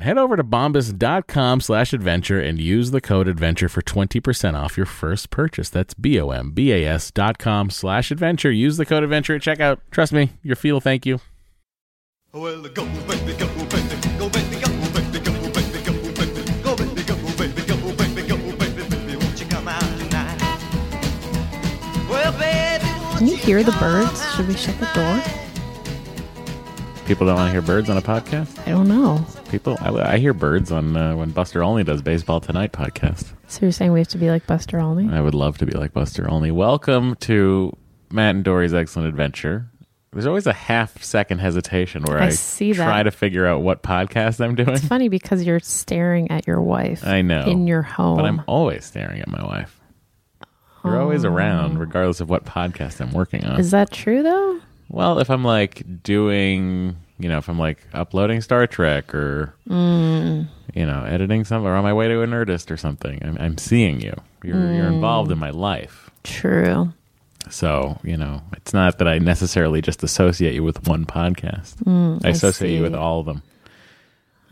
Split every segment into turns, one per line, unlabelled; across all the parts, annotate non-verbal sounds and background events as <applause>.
Head over to bombas.com slash adventure and use the code adventure for 20% off your first purchase. That's B O M B A S dot com slash adventure. Use the code adventure at checkout. Trust me, your feel thank you.
Well, go, baby, go, baby, go, baby, go, baby, go, baby, go, baby, go, baby, go, baby, go, baby, go, baby, baby, won't you come out tonight? Well, baby, won't
Can you hear the
come
birds?
out
Should we shut the door?
People don't want to hear birds on a podcast.
I don't know.
People, I, I hear birds on uh, when Buster Olney does Baseball Tonight podcast.
So you're saying we have to be like Buster Olney?
I would love to be like Buster Olney. Welcome to Matt and Dory's Excellent Adventure. There's always a half second hesitation where I,
I see that.
try to figure out what podcast I'm doing.
It's funny because you're staring at your wife.
I know.
In your home.
But <laughs> I'm always staring at my wife. You're always around, regardless of what podcast I'm working on.
Oh. Is that true though?
well, if I'm like doing, you know, if I'm like uploading Star Trek or,
Mm.
you know, editing something or on my way to an artist or something, I'm, I'm seeing you. You're,
Mm.
you're involved in my life.
True.
So, you know, it's not that I necessarily just associate you with one podcast, I associate you
see.
with all of them.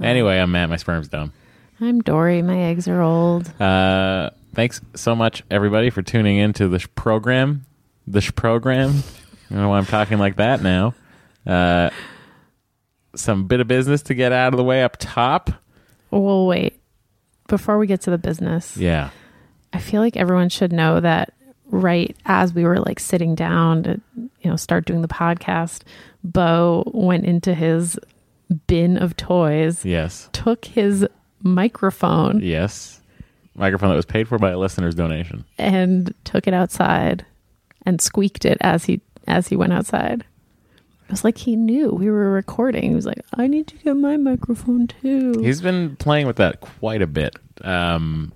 Anyway, I'm Matt. My sperm's dumb.
I'm Dory. My eggs are old.
Uh, thanks so much, everybody, for tuning into this program. This program. I don't know why I'm talking like that now. Uh, some bit of business to get out of the way up top.
Well, wait. Before we get to the business,
Yeah.
I feel like everyone should know that right as we were like sitting down to, you know, start doing the podcast, Bo went into his bin of toys,
Yes.
took his microphone
Yes. Microphone that was paid for by a listener's donation.
and took it outside and squeaked it as he as he went outside. It was like he knew we were recording. He was like, "I need to get my microphone too."
He's been playing with that quite a bit. Um,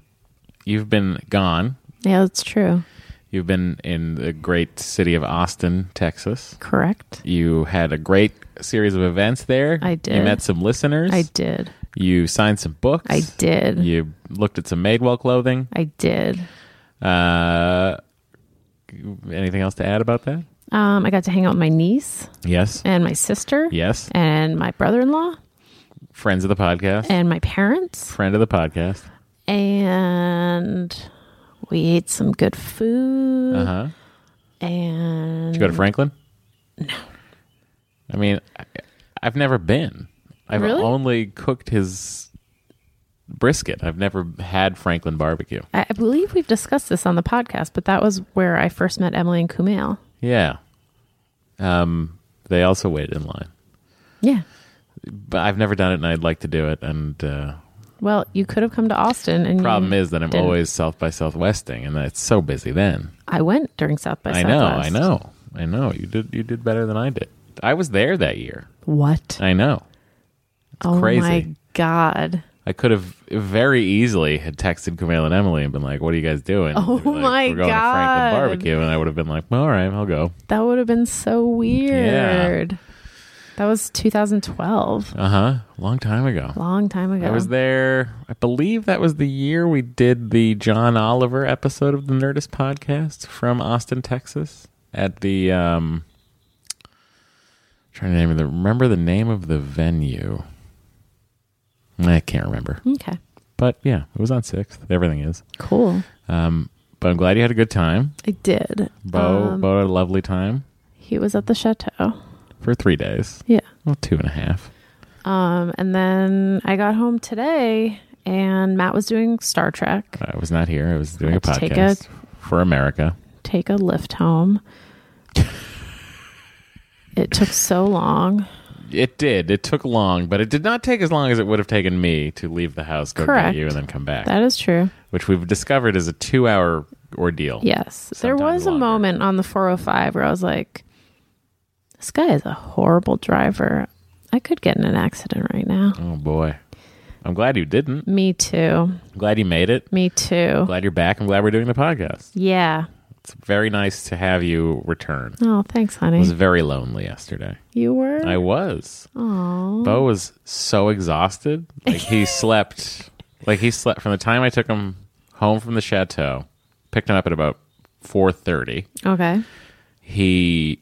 you've been gone.
yeah, that's true.
You've been in the great city of Austin, Texas.
Correct.
You had a great series of events there.
I
You
did.
met some listeners.
I did.
You signed some books.
I did.
You looked at some Madewell clothing.
I did.
Uh, anything else to add about that?
Um, I got to hang out with my niece
Yes.
and my sister
Yes.
and my brother-in-law
friends of the podcast,
and my parents.
friend of the podcast.
And we ate some good food.
Uh huh. Did
And Mm.
you go to Franklin? No. I mean, I, I've never been. I've
Really?
only cooked his brisket. I've never had Franklin barbecue.
I I believe we've discussed this on the podcast, but that was where I first met Emily and Kumail.
Yeah. Um, they also waited in line,
Yeah.
but I've never done it, and I'd like to do it. And uh,
Well, you could have come to Austin, and
problem
you
is that I'm
Mm-hmm. didn't.
always South by Southwesting, and it's so busy then.
I went during South by
I know,
Southwest.
I know, I know. You did, you did better than I did. I was there that year.
What?
I know.
oh my
crazy.
god!
I could have very easily had texted Kumail and Emily and been like, "What are you guys doing?"
Oh
They'd be like,
my
We're going to
God.
Franklin Barbecue, and I would have been like, "All right, I'll go."
That would have been so weird. That was 2012,
Uh huh. Long time ago.
long time ago.
I was there. I believe that was the year we did the John Oliver episode of the Nerdist podcast from Austin, Texas, at the. um Trying to name the remember the name of the venue. I can't remember,
Okay,
but yeah, it was on Sixth. Everything is.
cool.
Um, but I'm glad you had a good time.
I did.
Bo,
Um,
Bo had a lovely time
He was at the chateau.
for three days.
Yeah.
Well, two and a half.
Um, and then I got home today, and Matt was doing Star Trek.
I was not here. I was doing a
Had to take
podcast for America.
take a lift home. it took so long.
It did. It took long, but it did not take as long as it would have taken me to leave the house, go
Correct.
get you, and then come back,
That is true.
which we've discovered is a two-hour ordeal.
Yes. there
Sometimes
was a
longer.
moment on the 405 where I was like, this guy is a horrible driver. I could get in an accident right now.
Oh boy. I'm glad you didn't.
Me too.
I'm glad you made it.
Me too.
Glad you're back. I'm glad we're doing the podcast.
Yeah.
It's very nice to have you return.
Oh, thanks,
I
honey.
was very lonely yesterday.
you were?
I was.
Aw.
Bo was so exhausted. Like
<laughs>
he slept. Like he slept from the time I took him home from the chateau, picked him up at about four thirty.
Okay.
He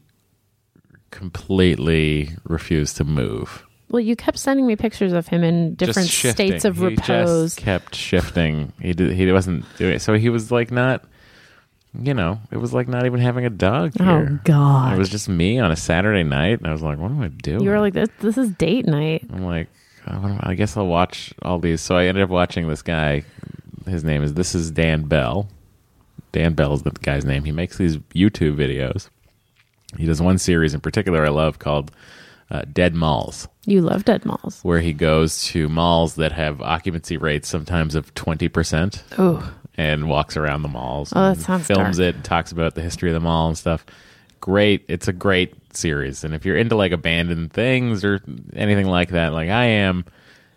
completely refused to move.
Well, you kept sending me pictures of him in different
just shifting.
states of
he
repose.
Just kept shifting. He did. He wasn't doing it. So he was like not. You know, it was like not even having a dog
oh,
here.
God.
It was just me on a Saturday night, and I was like, "What am I doing?"
you were like, this, this is date night.
I'm like, I wanna- I guess I'll watch all these. So I ended up watching this guy. His name is this is Dan Bell. Dan Bell is the guy's name. He makes these YouTube videos. He does one series in particular I love called uh, Dead Malls,
You love dead malls.
where he goes to malls that have occupancy rates sometimes of twenty percent
Oh,
and walks around the malls.
Oh, that
and
sounds
Films
dark.
it and talks about the history of the mall and stuff. Great, it's a great series. And if you're into like abandoned things or anything like that, like I am,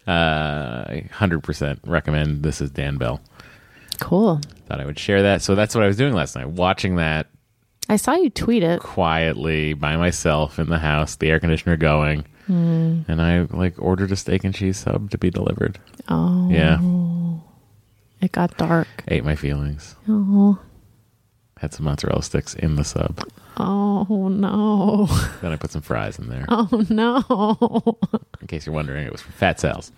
uh, hundred percent recommend. This is Dan Bell.
cool.
Thought I would share that. So that's what I was doing last night, watching that
I saw you tweet it.
quietly by myself in the house, the air conditioner going.
Mm.
And I like ordered a steak and cheese sub to be delivered.
Oh,
Yeah,
it got dark.
ate my feelings.
Oh,
Had some mozzarella sticks in the sub.
oh no, <laughs>
Then I put some fries in there.
oh no,
in case you're wondering, it was from Fat Sal's.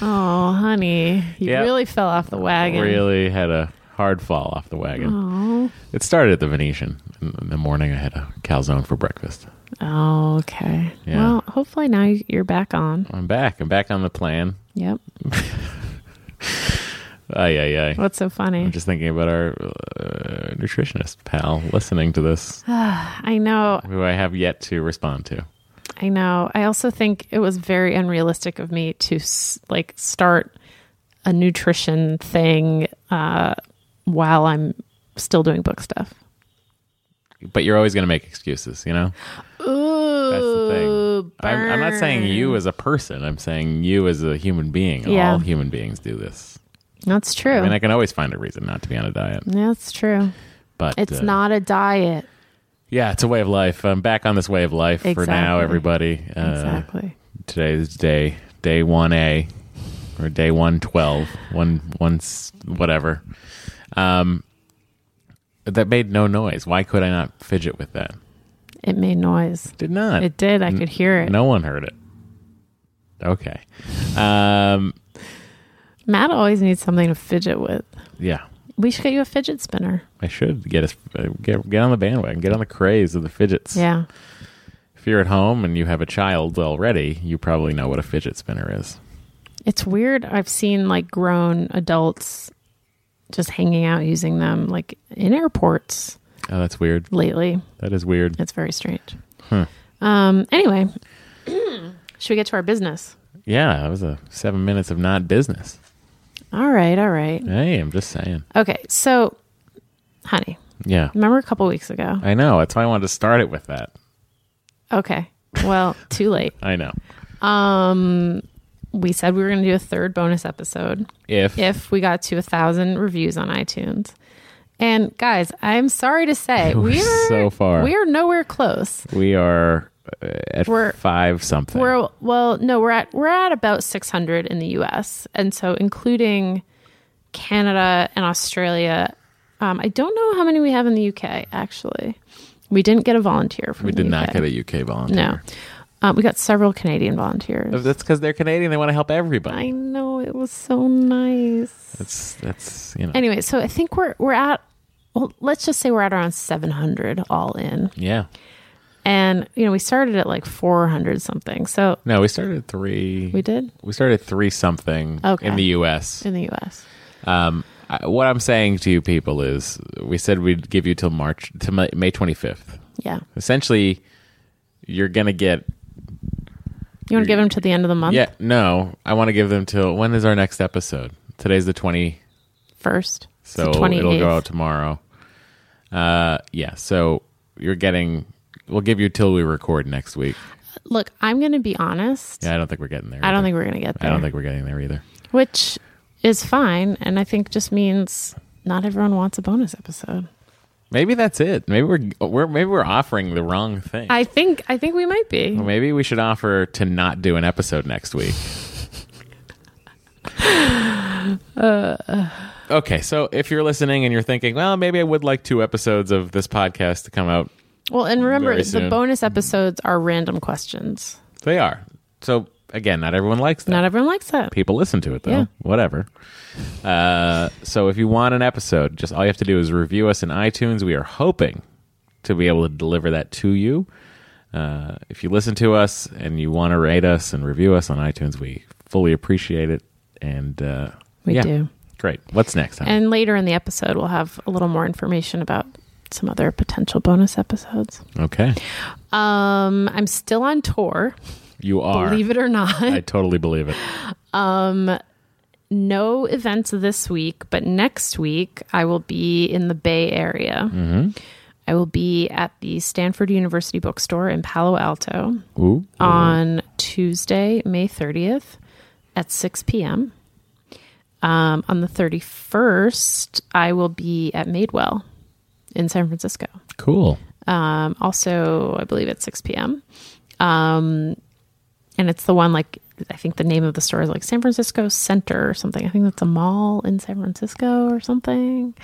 oh honey, you
Yeah.
really fell off the wagon.
Really had a hard fall off the wagon.
Oh,
It started at the Venetian. In in the morning, I had a calzone for breakfast.
oh okay.
Yeah.
Well, hopefully now you- you're back on.
I'm back. I'm back on the plan.
Yep.
Ay, ay, ay.
What's so funny?
I'm just thinking about our uh, nutritionist pal listening to this,
I know.
who I have yet to respond to.
I know. I also think it was very unrealistic of me to s- like start a nutrition thing uh, while I'm still doing book stuff.
But you're always going to make excuses, you know?
Ooh,
That's the thing. I'm, I'm not saying you
burn.
as a person. I'm saying you as a human being.
Yeah.
All human beings do this.
That's true.
I mean, I can always find a reason not to be on a diet.
That's true.
But
It's
uh,
not a diet.
Yeah, it's a way of life. I'm back on this way of life for now,
Exactly.
everybody. Uh,
exactly.
Today's day, day one A, or day one twelve, one one s- whatever. Um, that made no noise. Why could I not fidget with that?
It made noise.
Did not.
It did. I could hear it.
No one heard it. Okay. Um,
Matt always needs something to fidget with.
yeah,
We should get you a fidget spinner.
I should get us uh, get get on the bandwagon, get on the craze of the fidgets.
Yeah.
If you're at home and you have a child already, you probably know what a fidget spinner is.
It's weird. I've seen like grown adults just hanging out using them like in airports
Oh, that's weird.
lately.
That is weird.
It's very strange. Um, anyway, <clears throat> should we get to our business?
Yeah, that was a seven minutes of not business.
All right. All right.
Hey, I'm just saying.
Okay. So, honey,
Yeah,
remember a couple weeks ago?
I know. That's why I wanted to start it with that.
Okay. Well, too late.
I know.
We said we were going to do a third bonus episode
If,
if we got to a thousand reviews on iTunes. And guys, I'm sorry to
<laughs>
say
We're
we are
so far.
We are nowhere close.
we are uh, at
We're-
five something,
We're well, no, we're at we're at about 600 in the U.S. and so including Canada and Australia. Um, I don't know how many we have in the UK. Actually, we didn't get a volunteer from.
we
the
did not
UK.
get a UK volunteer.
No, um, we got several Canadian volunteers.
That's because they're Canadian. They want to help everybody.
I know it was so nice.
That's that's you know.
Anyway, so I think we're we're at well, let's just say we're at around 700 all in.
yeah.
And you know, we started at like 400 something. So
No, we started at three.
we did
We started at three something
Okay.
in the U.S.
in the US.
Um, I, what I'm saying to you people is, we said we'd give you till March to Ma- May 25th.
Yeah.
Essentially, you're gonna get.
You want to give them to the end of the month
Yeah, no, I want to give them till when is our next episode? Today's the 20,
first? It's the
so it'll
28th.
go out tomorrow. Uh, yeah, so you're getting. We'll give you till we record next week.
Look, I'm going to be honest.
Yeah, I don't think we're getting there.
I don't
either.
think we're going to get
I
there.
don't think we're getting there either.
Which is fine and I think just means not everyone wants a bonus episode.
Maybe that's it. Maybe we're we're maybe we're offering the wrong thing.
I think I think we might be.
Well, maybe we should offer to not do an episode next
<sighs>
week. okay, so if you're listening and you're thinking, well, maybe I would like two episodes of this podcast to come out,
Well, and remember
Very
the
soon.
bonus episodes are random questions.
they are. So again, not everyone likes that.
Not everyone likes that.
People listen to it though.
Yeah.
Whatever. Uh, so if you want an episode, just all you have to do is review us in iTunes. We are hoping to be able to deliver that to you. Uh, if you listen to us and you want to rate us and review us on iTunes, we fully appreciate it. And uh,
We
yeah.
do.
Great. What's next? Huh?
And later in the episode, we'll have a little more information about some other potential bonus episodes.
okay.
Um, I'm still on tour,
You are.
believe it or not.
I totally believe it.
<laughs> no events this week, but next week I will be in the Bay Area.
Mm-hmm.
I will be at the Stanford University Bookstore in Palo Alto
Ooh.
Uh, on Tuesday, May 30th at 6 p.m. Um, on the 31st, I will be at Madewell in San Francisco.
Cool.
um, also i believe at 6 p.m um, and it's the one like i think the name of the store is like san francisco center or something i think that's a mall in san francisco or something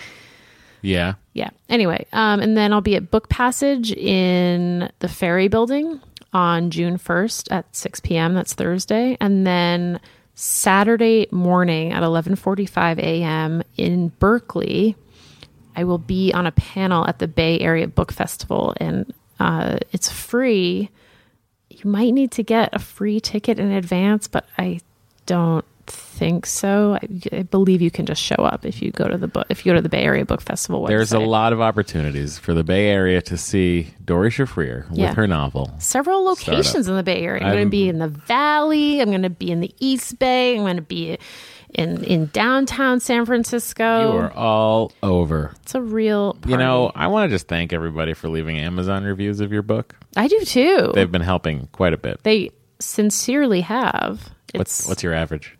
Yeah.
yeah anyway um, and then i'll be at book passage in the ferry building on june 1st at 6 p.m that's thursday and then saturday morning at 11.45 a.m in berkeley I will be on a panel at the Bay Area Book Festival, and uh, it's free. You might need to get a free ticket in advance, but I don't think so. I, I believe you can just show up if you go to the book if you go to the Bay Area Book Festival website.
There's a lot of opportunities for the Bay Area to see Dory Shafrir with
Yeah.
her novel.
Several locations in the Bay Area. I'm, going
I'm-
to be in the Valley. I'm going to be in the East Bay. I'm going to be in in downtown San Francisco.
You are all over.
it's a real. Party.
You know, I want to just thank everybody for leaving Amazon reviews of your book.
I do too.
They've been helping quite a bit.
They sincerely have.
What's
It's
what's your average?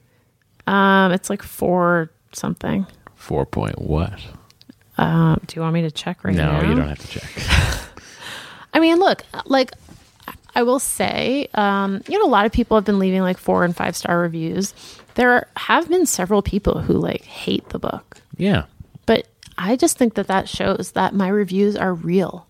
um, it's like four something.
Four point what?
Um, do you want me to check right
No,
now?
you don't have to check.
I mean, look, like I will say, um, you know, a lot of people have been leaving like four and five star reviews. There have been several people who like hate the book,
yeah,
but I just think that that shows that my reviews are real.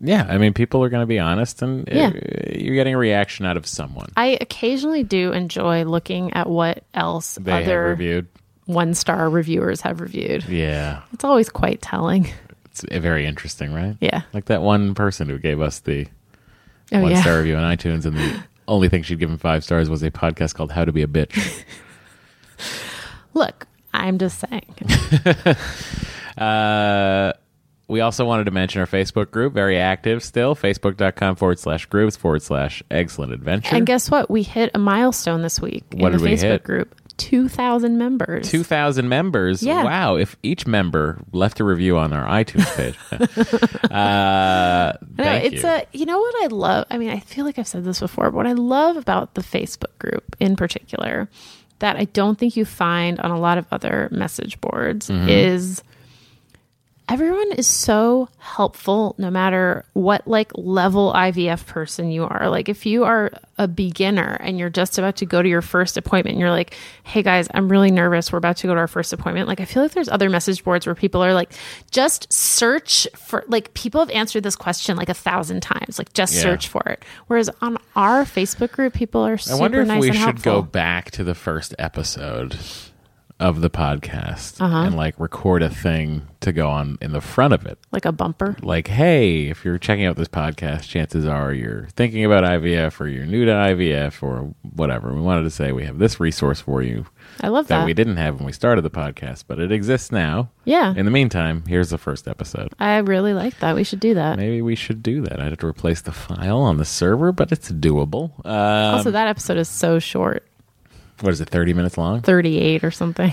Yeah, I mean, people are going to be honest, and uh,
Yeah.
you're getting a reaction out of someone.
I occasionally do enjoy looking at what else
They have
other
reviewed.
one star reviewers have reviewed.
Yeah,
It's always quite telling.
it's uh, very interesting, right?
Yeah.
like that one person who gave us the
Oh
one
yeah.
star review on iTunes, and
<laughs>
the only thing she'd given five stars was a podcast called "How to Be a Bitch."
Look, I'm just saying.
uh, we also wanted to mention our Facebook group, very active still, facebook.com forward slash groups forward slash excellent adventure.
And guess what? We hit a milestone this week
What
in
did
the
we
Facebook
hit?
group. Two thousand members.
2,000 members.
Yeah.
Wow. If each member left a review on our iTunes
<laughs>
page. <laughs> uh,
I know,
thank
it's
you.
a you know what I love. I mean, I feel like I've said this before, but what I love about the Facebook group in particular that I don't think you find on a lot of other message boards
Mm-hmm.
is everyone is so helpful no matter what like level IVF person you are. Like if you are a beginner and you're just about to go to your first appointment and you're like, "Hey guys, I'm really nervous. We're about to go to our first appointment." Like I feel like there's other message boards where people are like, "Just search for like people have answered this question like a thousand times. Like just
Yeah.
search for it." Whereas on our Facebook group, people are
I
super
wonder if
nice
we
and
should
helpful.
go back to the first episode of the podcast
Uh-huh.
and like record a thing to go on in the front of it.
like a bumper.
Like, hey, if you're checking out this podcast, chances are you're thinking about IVF or you're new to IVF or whatever. We wanted to say we have this resource for you
I love
that
that.
we didn't have when we started the podcast, but it exists now.
Yeah.
In the meantime, here's the first episode.
I really like that. We should do that.
Maybe we should do that. I'd have to replace the file on the server, but it's doable. Uh,
also, that episode is so short.
what is it, 30 minutes long?
38 or something.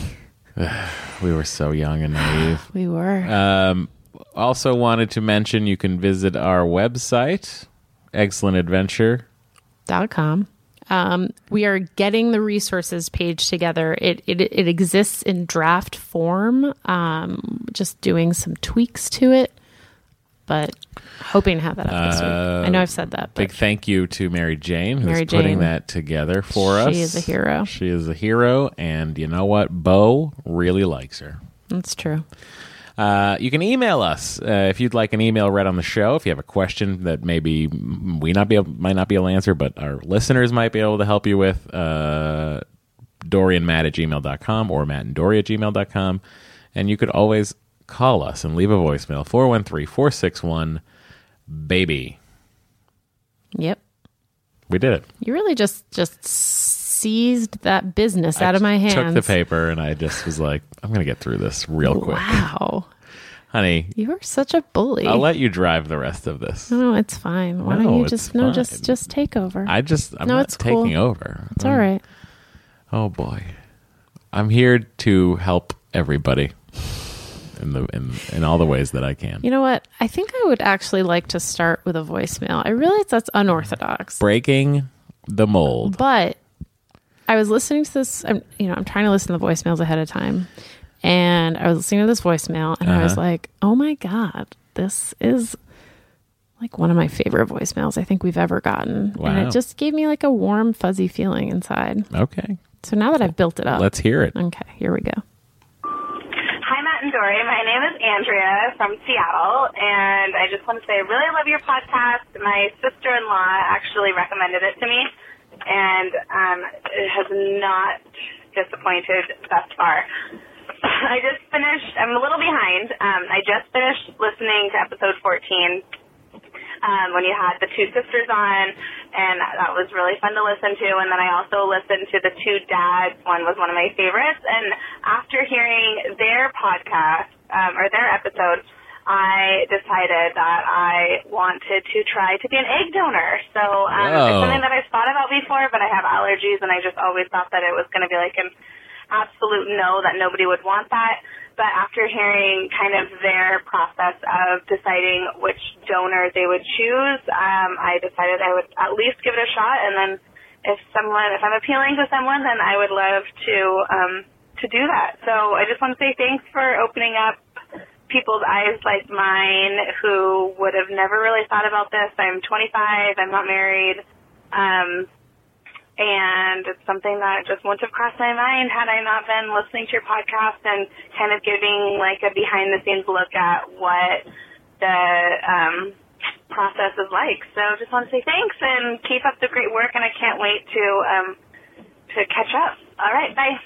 We were so young and
<sighs>
naive.
We were.
Um, also, wanted to mention you can visit our website, Excellent Adventure.
dot com. Um, we are getting the resources page together. It it, it exists in draft form. Um, just doing some tweaks to it, but hoping to have that up this week. I know I've said that, but
Uh, Big thank you to Mary Jane, who's
Mary
putting
Jane.
that together for us.
She is a hero.
She is a hero. And you know what? Bo really likes her.
that's true.
Uh, you can email us uh, if you'd like an email read on the show. If you have a question that maybe mm, we not be able, might not be able to answer, but our listeners might be able to help you with, uh, Dorian Matt at gmail.com or Matt and Dory at gmail.com. And you could always call us and leave a voicemail 413 461 baby.
Yep,
We did it.
you really just just seized that business
I
out of my hands.
Took the paper and I just was like, I'm going to get through this real quick.
Wow,
Honey,
you are such a bully.
I'll let you drive the rest of this.
no, it's fine. Why
No,
don't you
it's
just no,
fine.
just just take over.
I Mm. just, I'm
No,
not
it's cool.
taking over.
it's all right.
Oh boy, I'm here to help everybody in the in in all the ways that I can.
You know what? I think I would actually like to start with a voicemail. I realize that's unorthodox,
Breaking the mold.
but I was listening to this. I'm, you know, I'm trying to listen to the voicemails ahead of time, and I was listening to this voicemail, and I was
Uh-huh.
like, "Oh my god, this is like one of my favorite voicemails I think we've ever gotten." And
Wow.
it just gave me like a warm, fuzzy feeling inside.
Okay,
So now that I've built it up,
let's hear it.
Oh. okay, here we go.
Hi, Matt and Dory. My name is Andrea from Seattle, and I just want to say I really love your podcast. My sister in law actually recommended it to me, and um, it has not disappointed thus far. <laughs> I just finished, I'm a little behind. Um, I just finished listening to episode 14 um, when you had the two sisters on, and that was really fun to listen to. And then I also listened to the two dads one was one of my favorites. And after hearing their podcast um, or their episode, I decided that I wanted to try to be an egg donor. So um, it's
Whoa.
something that I've thought about before, but I have allergies, and I just always thought that it was going to be like an absolute no that nobody would want that. But after hearing kind of their process of deciding which donor they would choose, um, I decided I would at least give it a shot. And then if someone, if I'm appealing to someone, then I would love to um, to do that. So I just want to say thanks for opening up people's eyes like mine who would have never really thought about this. I'm 25. I'm not married. Um, and it's something that just wouldn't have crossed my mind had I not been listening to your podcast and kind of giving like a behind the scenes look at what the um, process is like. So just want to say thanks and keep up the great work, and I can't wait to um, to catch up. All right, bye.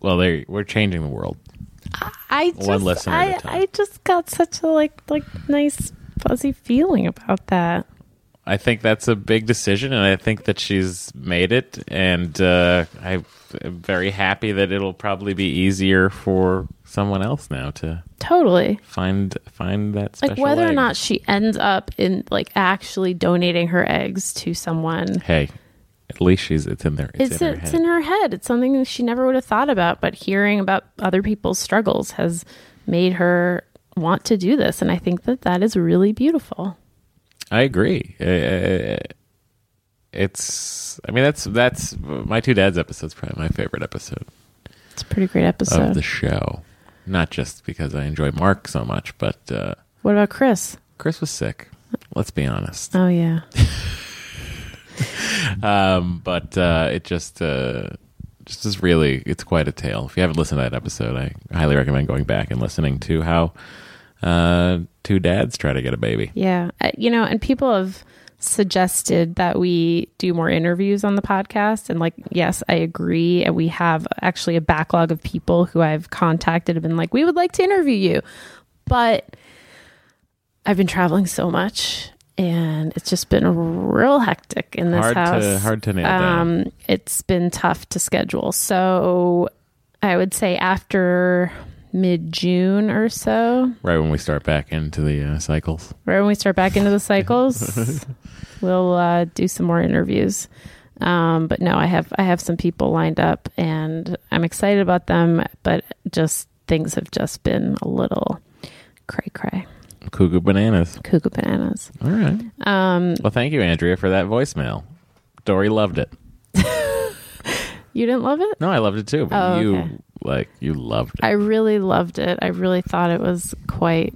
Well, there we're changing the world.
I just,
listener
I,
at a time.
I just got such a like like nice fuzzy feeling about that.
I think that's a big decision, and I think that she's made it. And uh, I'm very happy that it'll probably be easier for someone else now to
Totally.
find find that special
Like whether or
egg.
not she ends up in like actually donating her eggs to someone.
Hey, at least she's it's in there. It's,
It's
in her
it's
head.
in her head. It's something that she never would have thought about, but hearing about other people's struggles has made her want to do this and I think that that is really beautiful.
I agree. Uh, it's. I mean, that's that's my two dads episode's probably my favorite episode
It's a pretty great episode.
of the show. Not just because I enjoy Mark so much, but uh,
what about Chris?
Chris was sick. Let's be honest.
Oh yeah.
Um, but uh, it just uh, just is really it's quite a tale. If you haven't listened to that episode, I highly recommend going back and listening to how uh, two dads try to get a baby.
Yeah. I- You know, and people have suggested that we do more interviews on the podcast. And, like, yes, I agree. And we have actually a backlog of people who I've contacted have been like, we would like to interview you. But I've been traveling so much and it's just been real hectic in this
Hard
house.
to hard to nail down.
Um, it's been tough to schedule. So I would say after mid June or so,
Right when we start back into the uh, cycles.
right when we start back into the cycles we'll uh, do some more interviews um, but no i have i have some people lined up and i'm excited about them but just things have just been a little cray cray
Cuckoo bananas.
cuckoo bananas
All right. Um, well, thank you, Andrea, for that voicemail. Dory loved it.
you didn't love it
No, I loved it too. But
Oh,
you
okay.
like you loved it.
i really loved it i really thought it was quite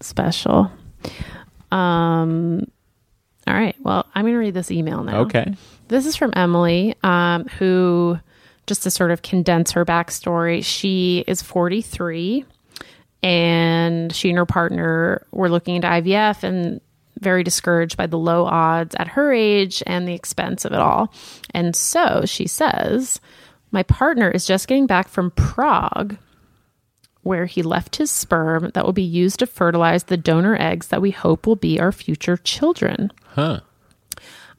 special um all right well i'm gonna read this email now
okay.
This is from Emily, um, who, just to sort of condense her backstory, she is 43 and she and her partner were looking into IVF and very discouraged by the low odds at her age and the expense of it all. And so she says, My partner is just getting back from Prague where he left his sperm that will be used to fertilize the donor eggs that we hope will be our future children.
Huh.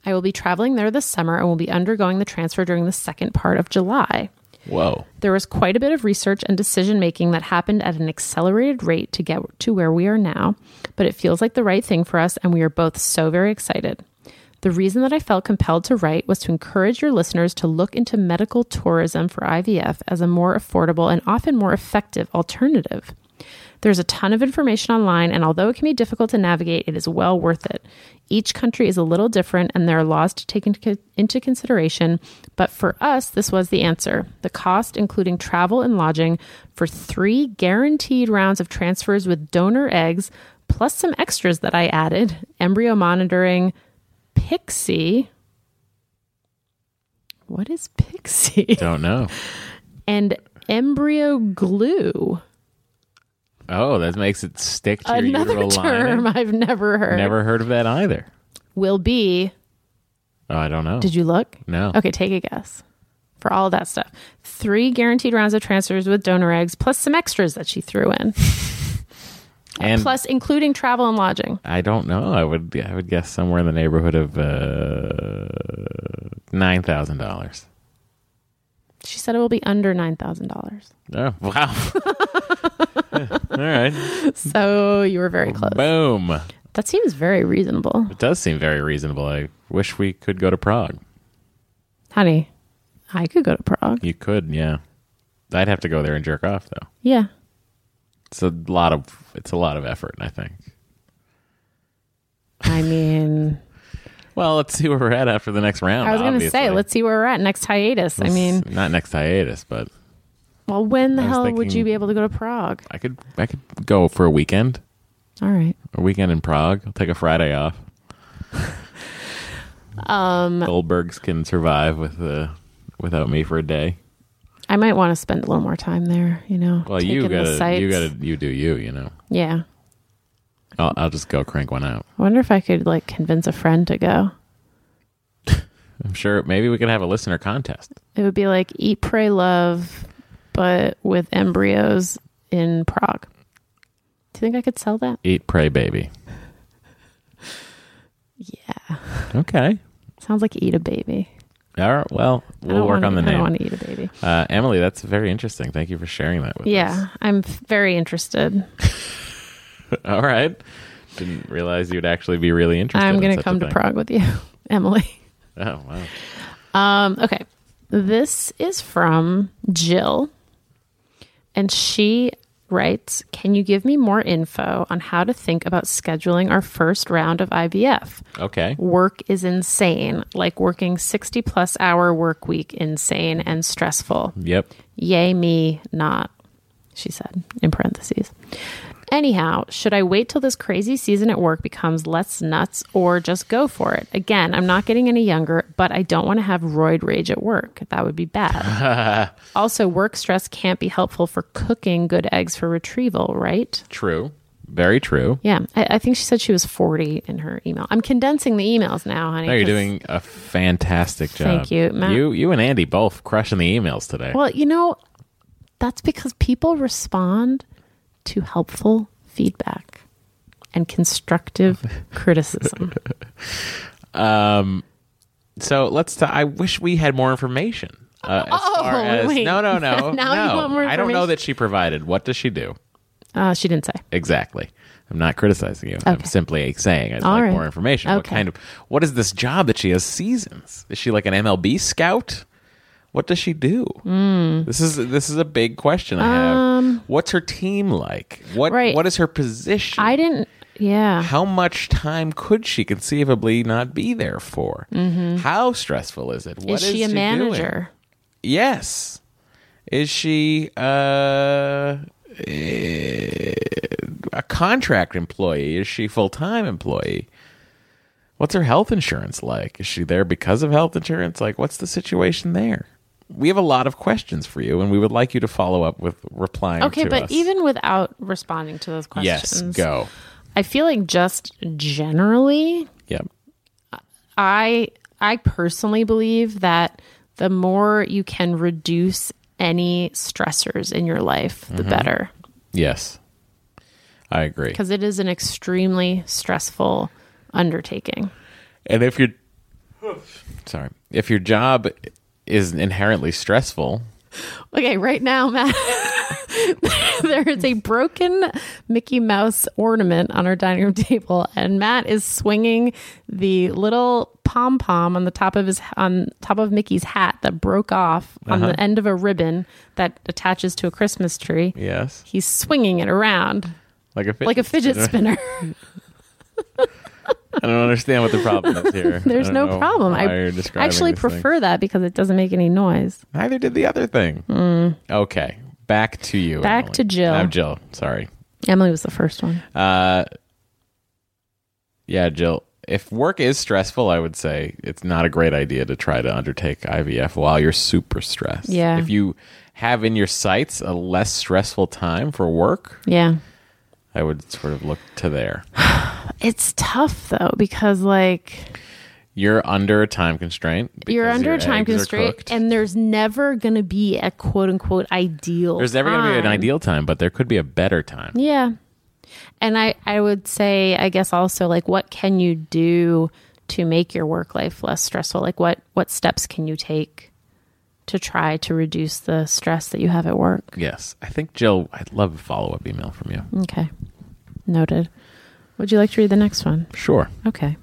I will be traveling there this summer and will be undergoing the transfer during the second part of July.
Whoa.
There was quite a bit of research and decision making that happened at an accelerated rate to get to where we are now, but it feels like the right thing for us, and we are both so very excited. The reason that I felt compelled to write was to encourage your listeners to look into medical tourism for IVF as a more affordable and often more effective alternative. There's a ton of information online, and although it can be difficult to navigate, it is well worth it. Each country is a little different, and there are laws to take into, into consideration. But for us, this was the answer. The cost, including travel and lodging, for three guaranteed rounds of transfers with donor eggs, plus some extras that I added embryo monitoring, Pixie. What is
<laughs>
Pixie?
Don't know.
And embryo glue.
Oh, that makes it stick to your
another
uterine
term
lining.
I've never heard.
Never heard of that either.
will be.
Oh, I don't know.
Did you look?
no.
Okay, take a guess. For all that stuff, three guaranteed rounds of transfers with donor eggs, plus some extras that she threw in,
And
plus including travel and lodging.
I don't know. I would I would guess somewhere in the neighborhood of uh, nine thousand dollars.
She said it will be under nine thousand dollars.
Oh wow. <laughs> All right.
So you were
Um,
very close.
Boom.
That seems very reasonable,
It does seem very reasonable. I wish we could go to Prague.
honey. I could go to Prague.
You could, yeah. I'd have to go there and jerk off though.
Yeah,
It's a lot of it's a lot of effort, I think.
I mean,
Well, let's see where we're at after the next round.
I was going to
obviously.
say, let's see where we're at next hiatus. I mean,
not next hiatus, but
well, when the
I was
hell would
thinking-
you be able to go to Prague?
I could I could go for a weekend,
All right.
a weekend in Prague. I'll take a Friday
<laughs>
off. um, Goldbergs can survive with uh, without me for a day.
I might want to spend a little more time there, you know.
Well,
take
you
in the
gotta
sights.
you gotta you do you, you know.
Yeah.
I'll, I'll just go crank one out.
I wonder if I could like convince a friend to go.
I'm sure maybe we could have a listener contest.
It would be like Eat, Pray, Love, but with embryos in Prague. Do you think I could sell that?
Eat, pray, baby.
Yeah.
Okay.
Sounds like Eat a Baby.
All right. Well,
I
we'll
don't
work
wanna,
on the
I don't
name.
want to eat a baby.
Uh, Emily, that's very interesting. Thank you for sharing that with us.
Yeah, I'm f- very interested.
<laughs> All right. Didn't realize you'd actually be really interested.
I'm
in
going
such
to
a
come to
thing.
Prague with you, <laughs> Emily.
Oh wow.
Um, okay. This is from Jill. And she writes Can you give me more info on how to think about scheduling our first round of IVF?
Okay.
Work is insane, like working 60 plus hour work week, insane and stressful.
Yep.
Yay, me, not, she said in parentheses. Anyhow, should I wait till this crazy season at work becomes less nuts or just go for it? Again, I'm not getting any younger, but I don't want to have roid rage at work. That would be bad.
<laughs>
also, work stress can't be helpful for cooking good eggs for retrieval, right?
True. Very true.
Yeah, I, I think she said she was 40 in her email. I'm condensing the emails now, honey.
No, you're
'cause-
doing a fantastic job.
Thank you, Matt.
You you and Andy both crushing the emails today.
Well, you know, that's because people respond to helpful feedback
<laughs>
and constructive criticism.
So let's. T- I wish we had more information. Uh, as
Oh,
far as,
wait.
No, no, no.
<laughs> Now
no.
you want more
I don't know
information?
that she provided. What does she do
Uh, she didn't say.
exactly? I'm not criticizing you. I'm
Okay.
simply saying I'd
All
like
right.
more information. What
Okay.
kind of? What is this job that she has? Seasons? Is she like an MLB scout? What does she do?
Hmm.
This is this is a big question I have. What's her team like? What
Um, right.
what is her position?
I didn't. Yeah.
how much time could she conceivably not be there for? How stressful is it? What
Mm-hmm. Is she a
doing?
manager?
Yes. Is she uh, eh, a contract employee? Is she full time employee? What's her health insurance like? Is she there because of health insurance? Like, what's the situation there? We have a lot of questions for you, and we would like you to follow up with replying.
Okay,
to
but
us.
even without responding to those questions,
yes, go.
I feel like just generally,
Yep.
I I personally believe that the more you can reduce any stressors in your life,
Mm-hmm.
the better.
Yes, I agree.
because it is an extremely stressful undertaking.
And if your sorry, if your job is inherently stressful,
Okay, right now, Matt, <laughs> there is a broken Mickey Mouse ornament on our dining room table, and Matt is swinging the little pom pom on the top of his on top of Mickey's hat that broke off on
Uh-huh.
the end of a ribbon that attaches to a Christmas tree.
yes,
He's swinging it around
like a fidget
like a fidget
spinner. <laughs>
spinner. <laughs>
I don't understand what the problem is here.
<laughs> There's
I don't
no
know
problem.
why
I
you're describing
actually
these things.
prefer that because it doesn't make any noise.
Neither did the other thing. Okay, back to you.
Hmm. Back
Emily.
to Jill.
I'm Jill. Sorry.
Emily was the first one.
Uh, yeah, Jill. If work is stressful, I would say it's not a great idea to try to undertake IVF while you're super stressed.
Yeah.
If you have in your sights a less stressful time for work,
Yeah.
I would sort of look to there.
It's tough though because like
You're under a time constraint. because
you're under
your
a time
eggs are
constraint
cooked.
and there's never going to be a quote unquote ideal.
there's never going to be an
time.
ideal time, but there could be a better time.
Yeah. And I I would say I guess also like what can you do to make your work life less stressful? Like what what steps can you take to try to reduce the stress that you have at work?
Yes, I think Jill. I'd love a follow up email from you.
Okay. Noted. Would you like to read the next one?
Sure.
Okay.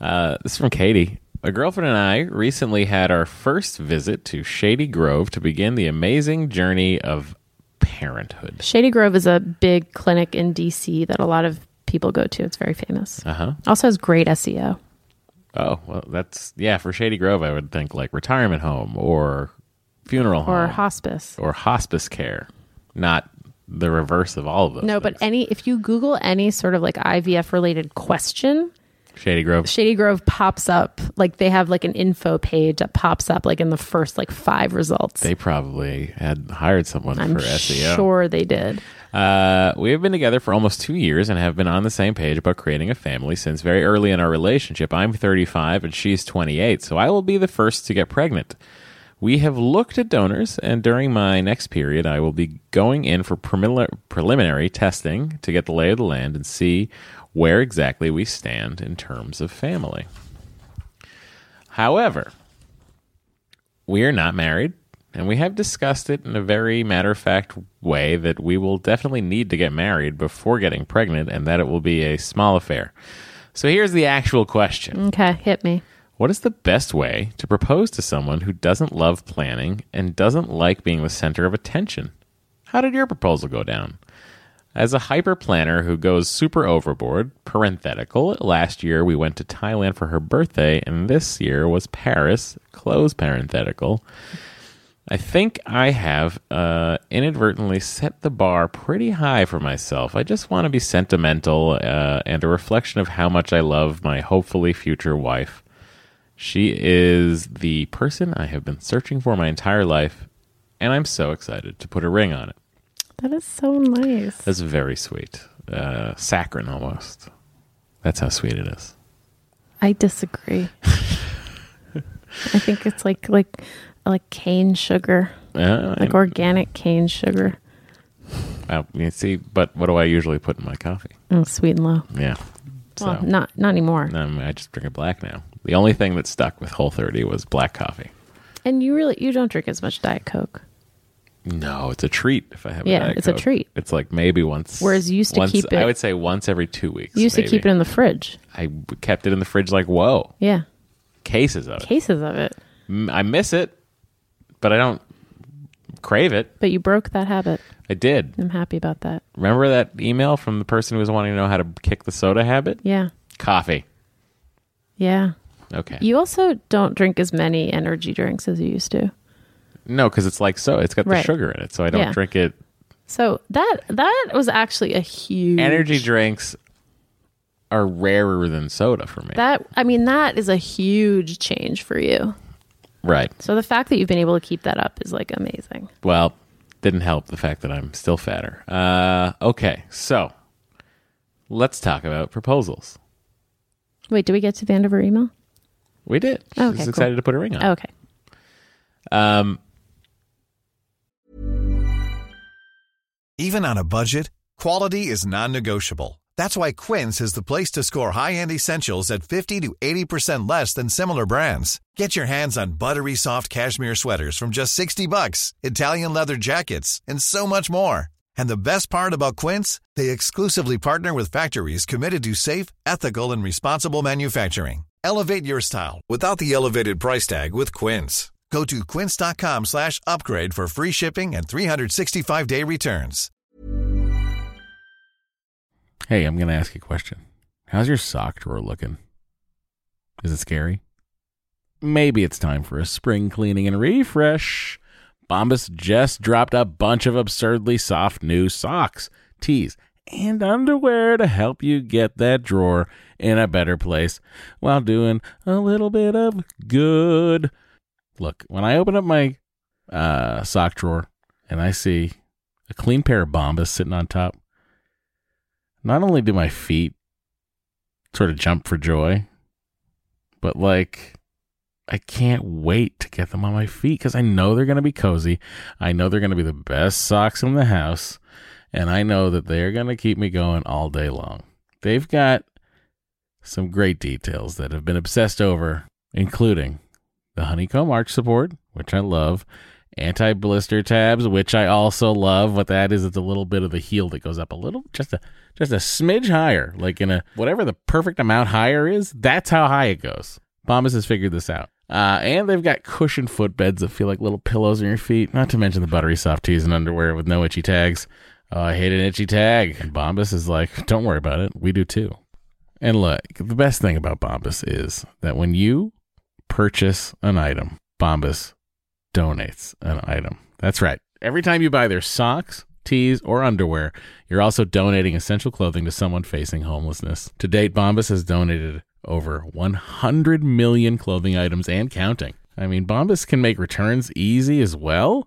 Uh, this is from Katie. A girlfriend and I recently had our first visit to Shady Grove to begin the amazing journey of parenthood.
Shady Grove is a big clinic in DC that a lot of people go to. It's very famous.
Uh huh.
Also has great E SEO.
Oh well, that's yeah. For Shady Grove, I would think like retirement home or funeral home
or hospice.
or hospice care, not the reverse of all of those.
No, but
things.
any if you Google any sort of like IVF related question,
Shady Grove.
Shady Grove pops up like they have like an info page that pops up like in the first like five results.
They probably had hired someone
I'm
for E SEO.
sure they did.
Uh, we have been together for almost two years and have been on the same page about creating a family since very early in our relationship. I'm 35 and she's 28, so I will be the first to get pregnant. We have looked at donors, and during my next period, I will be going in for premil- preliminary testing to get the lay of the land and see where exactly we stand in terms of family. However, we are not married, and we have discussed it in a very matter of fact way that we will definitely need to get married before getting pregnant and that it will be a small affair. So here's the actual question
Okay, hit me.
What is the best way to propose to someone who doesn't love planning and doesn't like being the center of attention? How did your proposal go down? As a hyper planner who goes super overboard, parenthetical, last year we went to Thailand for her birthday, and this year was Paris, close parenthetical. I think I have uh, inadvertently set the bar pretty high for myself. I just want to be sentimental uh, and a reflection of how much I love my hopefully future wife. She is the person I have been searching for my entire life, and I'm so excited to put a ring on it.
That is so nice.
That's very sweet. Uh, saccharine almost. That's how sweet it is. <laughs>
I disagree. I think it's like like like cane sugar,
Uh,
like organic cane sugar,
I- you see, but what do I usually put in my coffee?
Mm, sweet and low.
Yeah. So
Well, not not anymore.
um, I just drink it black now. The only thing that stuck with Whole 30 was black coffee.
And you really you don't drink as much diet coke.
No, it's a treat if I have.
Yeah,
a Diet
it's a
Coke.
treat.
It's like maybe once.
Whereas you used to
once-
keep it-
I would say once every two weeks.
You used to keep it in the fridge.
I kept it in the fridge. Like whoa,
Yeah,
cases of it.
cases of it.
M- I miss it, but I don't crave it.
But you broke that habit.
I did.
I'm happy about that.
Remember that email from the person who was wanting to know how to kick the soda habit?
Yeah,
Coffee.
yeah.
Okay.
You also don't drink as many energy drinks as you used to.
no, because it's like so. It's got the
Right.
sugar in it, so I don't
Yeah.
drink it.
So that that was actually a huge
Energy drinks are rarer than soda for me.
That I mean that is a huge change for you.
right.
So the fact that you've been able to keep that up is like amazing.
Well, didn't help the fact that I'm still fatter. Uh, okay, so let's talk about proposals.
Wait, did we get to the end of her email?
We did.
Okay,
She's
cool.
excited to put a ring on.
Okay.
Um,
Even on a budget, quality is non-negotiable. That's why Quince is the place to score high-end essentials at 50 to 80% less than similar brands. Get your hands on buttery soft cashmere sweaters from just 60 bucks, Italian leather jackets, and so much more. And the best part about Quince, they exclusively partner with factories committed to safe, ethical, and responsible manufacturing. Elevate your style without the elevated price tag with Quince. Go to quince.com slash upgrade for free shipping and 365-day returns.
Hey, I'm going to ask you a question. How's your sock drawer looking? Is it scary? Maybe it's time for a spring cleaning and refresh. Bombas just dropped a bunch of absurdly soft new socks, tees, and underwear to help you get that drawer in a better place while doing a little bit of good. Look, when I open up my uh, sock drawer and I see a clean pair of Bombas sitting on top, not only do my feet sort of jump for joy, but like I can't wait to get them on my feet because I know they're going to be cozy. I know they're going to be the best socks in the house. And I know that they're going to keep me going all day long. They've got some great details that have been obsessed over, including the honeycomb arch support, which I love, anti blister tabs, which I also love. What that is, it's a little bit of the heel that goes up a little, just a just a smidge higher, like in a whatever the perfect amount higher is. That's how high it goes. Bombas has figured this out. Uh, and they've got cushioned footbeds that feel like little pillows on your feet, not to mention the buttery soft tees and underwear with no itchy tags. Oh, I hate an itchy tag. And Bombas is like, don't worry about it. We do too. And look, the best thing about Bombas is that when you purchase an item, Bombas donates an item. That's right. Every time you buy their socks, tees, or underwear, you're also donating essential clothing to someone facing homelessness. To date, Bombas has donated over 100 million clothing items and counting. I mean, Bombas can make returns easy as well.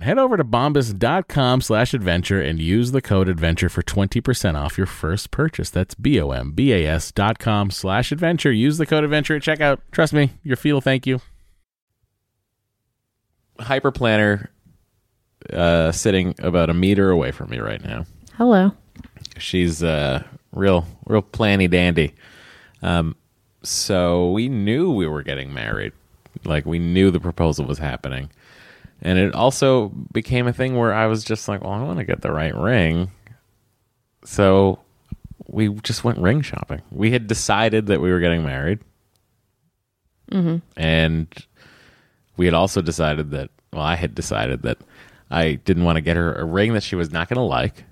Head over to bombas.com slash adventure and use the code adventure for 20% off your first purchase. That's B-O-M-B-A-S dot com slash adventure. Use the code adventure at checkout. Trust me, your feel thank you.
Hyperplanner uh, sitting about a meter away from me right now.
Hello.
She's uh, real, real planny dandy. Um, so we knew we were getting married. Like we knew the proposal was happening, and it also became a thing where I was just like, "Well, I want to get the right ring." So we just went ring shopping. We had decided that we were getting married, and we had also decided that. Well, I had decided that I didn't want to get her a ring that she was not going to like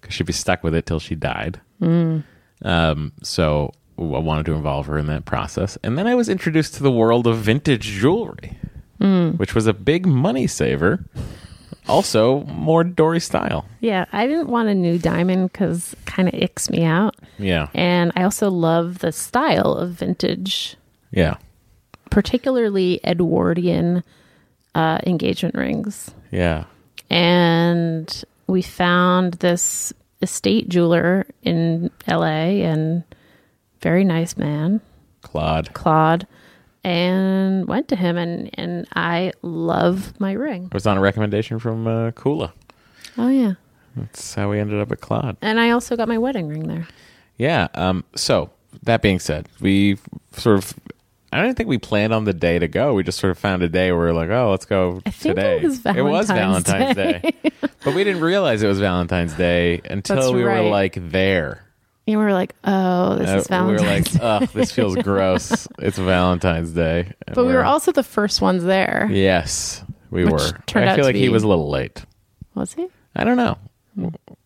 because she'd be stuck with it till she died. Um, so I wanted to involve her in that process. And then I was introduced to the world of vintage jewelry, which was a big money saver. Also, more Dory style.
Yeah, I didn't want a new diamond because kind of icks me out.
Yeah.
And I also love the style of vintage,
Yeah.
particularly Edwardian uh, engagement rings.
Yeah.
and we found this estate jeweler in LA and very nice man,
Claude.
Claude, and went to him and and I love my ring.
It was on a recommendation from uh, Kula.
Oh yeah.
That's how we ended up at Claude.
And I also got my wedding ring there.
Yeah. Um, so that being said, we sort of. I don't think we planned on the day to go. We just sort of found a day where we are like, oh, let's go
I think
today.
it was Valentine's
Valentine's Day.
Day.
<laughs> but we didn't realize it was Valentine's Day until
That's
we were
right.
like there.
And we were like, oh, this is
Uh, we were
Valentine's.
like, ugh, this feels gross. It's Valentine's Day. And
but we were
we're-
also the first ones there.
Yes, we
Which
were.
turned
I
out
feel
to
like he
be-
was a little late.
Was he?
I don't know.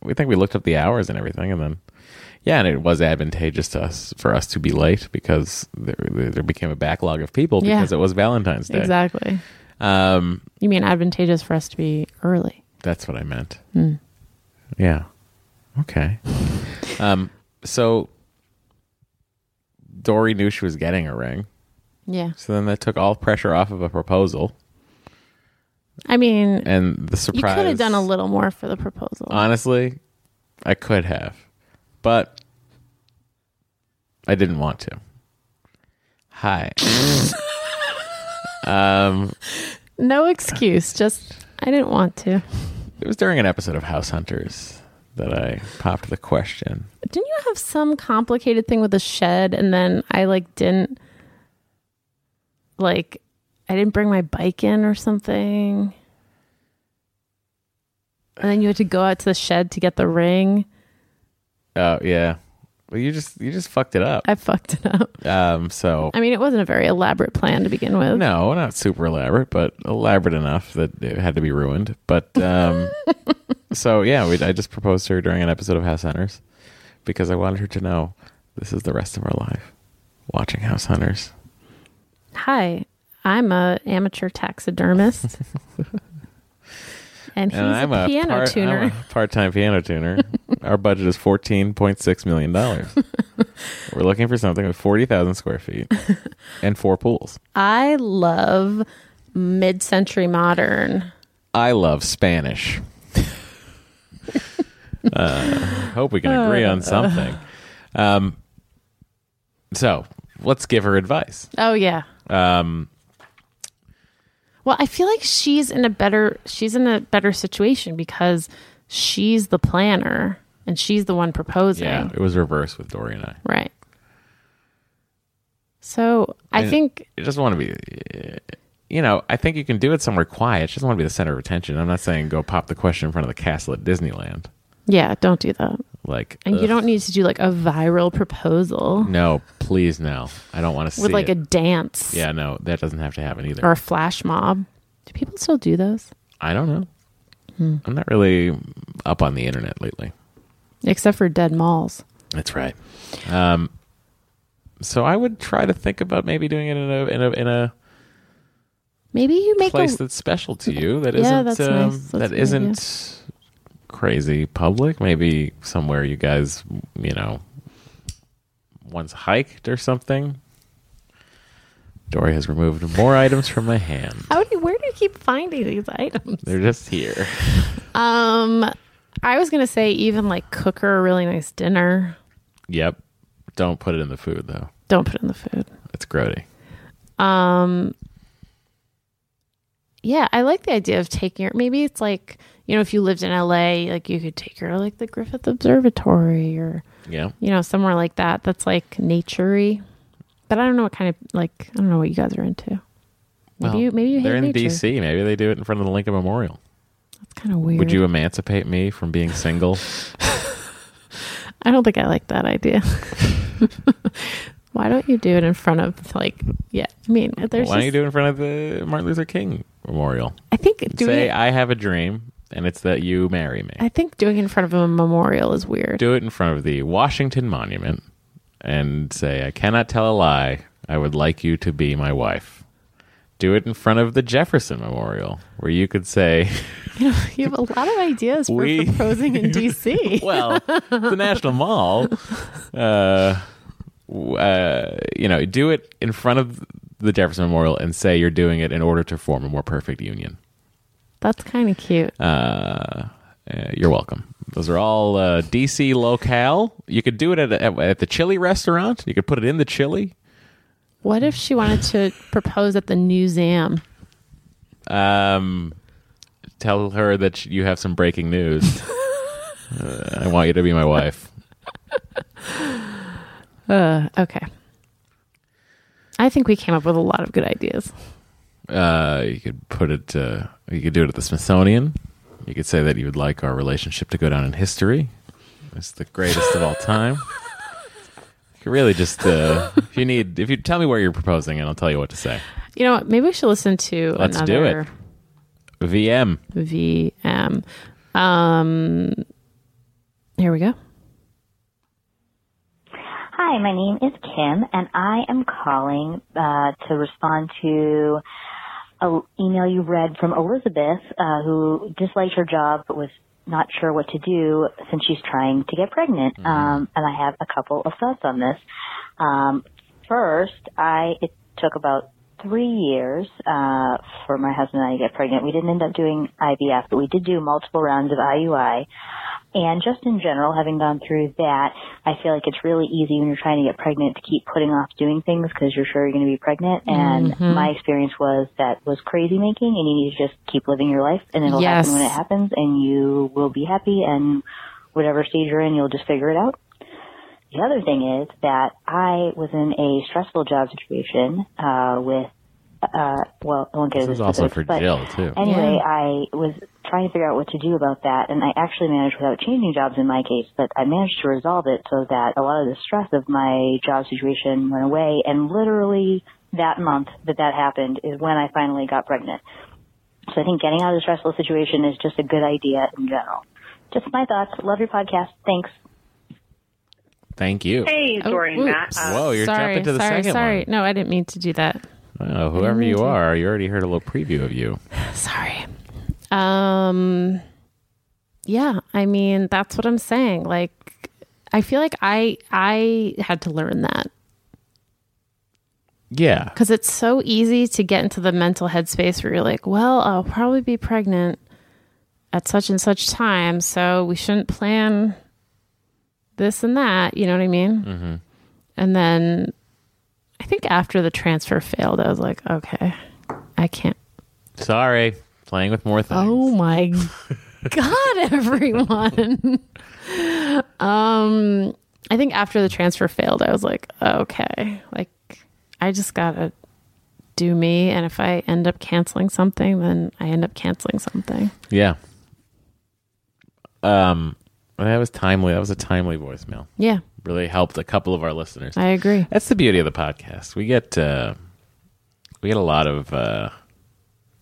We think we looked up the hours and everything, and then yeah, and it was advantageous to us for us to be late because there, there became a backlog of people
Yeah.
because it was Valentine's Day.
Exactly.
Um,
You mean advantageous for us to be early? Hmm.
that's what I meant. Yeah. Okay. um. So Dory knew she was getting a ring,
Yeah.
so then that took all pressure off of a proposal
I mean,
and the
you
surprise.
could have done a little more for the proposal.
Honestly, I could have, but I didn't want to. Hi. um,
no excuse. Just I didn't want to.
it was during an episode of House Hunters that I popped the question.
Didn't you have some complicated thing with a shed and then I like didn't like I didn't bring my bike in or something? And then you had to go out to the shed to get the ring.
Oh yeah, well you just you just fucked it up.
I fucked it up.
Um, so
I mean, it wasn't a very elaborate plan to begin with.
no, not super elaborate, but elaborate enough that it had to be ruined. But
<laughs>
um, so yeah, we, I just proposed to her during an episode of House Hunters because I wanted her to know this is the rest of our life watching House Hunters.
Hi, I'm a amateur
<laughs>
taxidermist. and he's
and I'm
a,
a
piano
part,
tuner.
time piano
<laughs>
tuner. our budget is fourteen point six million dollars. We're looking for something with forty thousand square feet and four pools.
I love mid-century modern.
I love
<laughs>
Spanish. uh, hope we can agree on something. Um, so let's give her advice.
Oh yeah.
Um,
Well, I feel like she's in a better she's in a better situation because she's the planner and she's the one proposing.
Yeah, it was reversed with Dory and I.
Right. So I,
And
think
It doesn't want to be, you know, I think you can do it somewhere quiet. It doesn't want to be the center of attention. I'm not saying go pop the question in front of the castle at Disneyland.
yeah, don't do that.
Like,
And you
ugh,
don't need to do like a viral proposal
No, please, no. I don't want to see
with like a
it.
dance
Yeah, no, that doesn't have to happen either.
or a flash mob. Do people still do those?
I don't know.
Hmm.
I'm not really up on the internet lately.
Except for dead malls.
That's right. Um, so I would try to think about maybe doing it in a in a in a
Maybe you make
place
a
that's special to you that
Yeah,
isn't
that's
um,
nice. That's a
that
good
isn't crazy public. Maybe somewhere you guys you know once hiked or something. Dory has removed more items from my hand.
How do you, where do you keep finding these items?
They're just here.
Um, I was gonna say even like cook her a really nice dinner.
Yep. Don't put it in the food though.
Don't put it in the food.
It's grody.
Um, yeah, I like the idea of taking her. Maybe it's like you know, if you lived in LA, like you could take her to like the Griffith Observatory or
Yeah.
you know somewhere like that. That's like naturey. But I don't know what kind of like I don't know what you guys are into. Maybe
Well,
you maybe you hate
they're in
nature.
DC. Maybe they do it in front of the Lincoln Memorial.
It's kind of weird.
Would you emancipate me from being single?
I don't think I like that idea. <laughs> Why don't you do it in front of like yeah? I mean, there's
Why don't you
just-
do it in front of the Martin Luther King Memorial?
I think doing
Say,
it,
I have a dream, and it's that you marry me.
I think doing it in front of a memorial is weird.
do it in front of the Washington Monument and say, I cannot tell a lie. I would like you to be my wife. Do it in front of the Jefferson Memorial, where you could say,
<laughs>
<laughs>
you have a lot of ideas for
We- <laughs>
proposing in DC.
well, the National Mall. Uh, w- uh, you know, do it in front of the Jefferson Memorial and say you're doing it in order to form a more perfect union.
That's kind of cute.
Uh, uh, you're welcome. Those are all uh, DC locale. You could do it at, at at the Chili restaurant. You could put it in the Chili.
What if she wanted to propose at the museum?
Um, tell her that sh- you have some breaking news. Uh, I want you to be my wife.
Uh, okay. I think we came up with a lot of good ideas.
Uh, you could put it. Uh, you could do it at the Smithsonian. You could say that you would like our relationship to go down in history. It's the greatest of all time. You could really just. Uh, if you need, if you tell me where you're proposing, and I'll tell you what to say.
You know what? Maybe we should listen to
Let's do
another
it. VM.
VM. Um, here we go.
Hi, my name is Kim, and I am calling uh, to respond to an email you read from Elizabeth, uh, who disliked her job but was not sure what to do since she's trying to get pregnant. Um, and I have a couple of thoughts on this. Um, first, I it took about three years uh, for my husband and I to get pregnant. We didn't end up doing IVF, but we did do multiple rounds of IUI. And just in general, having gone through that, I feel like it's really easy when you're trying to get pregnant to keep putting off doing things because you're sure you're going to be pregnant. And my experience was that was crazy making, and you need to just keep living your life, and it'll
Yes.
happen when it happens, and you will be happy, and whatever stage you're in, you'll just figure it out. The other thing is that I was in a stressful job situation uh, with, uh, well, I won't get
This is
into
also
specifics,
for
but
Jill too.
Anyway,
Yeah.
I was trying to figure out what to do about that, and I actually managed without changing jobs in my case, but I managed to resolve it so that a lot of the stress of my job situation went away, and literally that month that that happened is when I finally got pregnant. So I think getting out of the stressful situation is just a good idea in general. Just my thoughts. Love your podcast. Thanks.
Thank you.
Hey,
Oh,
Dory and Matt.
oops.
Uh,
Whoa, you're
sorry,
jumping to the
sorry,
second
sorry.
one.
No, I didn't mean to do that.
Well, whoever you are, you already heard a little preview of you.
Sorry. Um yeah, I mean, that's what I'm saying. Like I feel like I I had to learn that
Yeah.
cuz it's so easy to get into the mental headspace where you're like, well, I'll probably be pregnant at such and such time, so we shouldn't plan this and that, you know what I mean? And then I think after the transfer failed, I was like, okay, I can't
Sorry. Playing with more things.
<laughs> Oh my God, everyone. um, I think after the transfer failed, I was like, okay, like I just gotta do me, and if I end up canceling something, then I end up canceling something.
Yeah. Um, that was timely. That was a timely voicemail.
Yeah,
Really helped a couple of our listeners.
I agree.
That's the beauty of the podcast. We get uh, we get a lot of uh,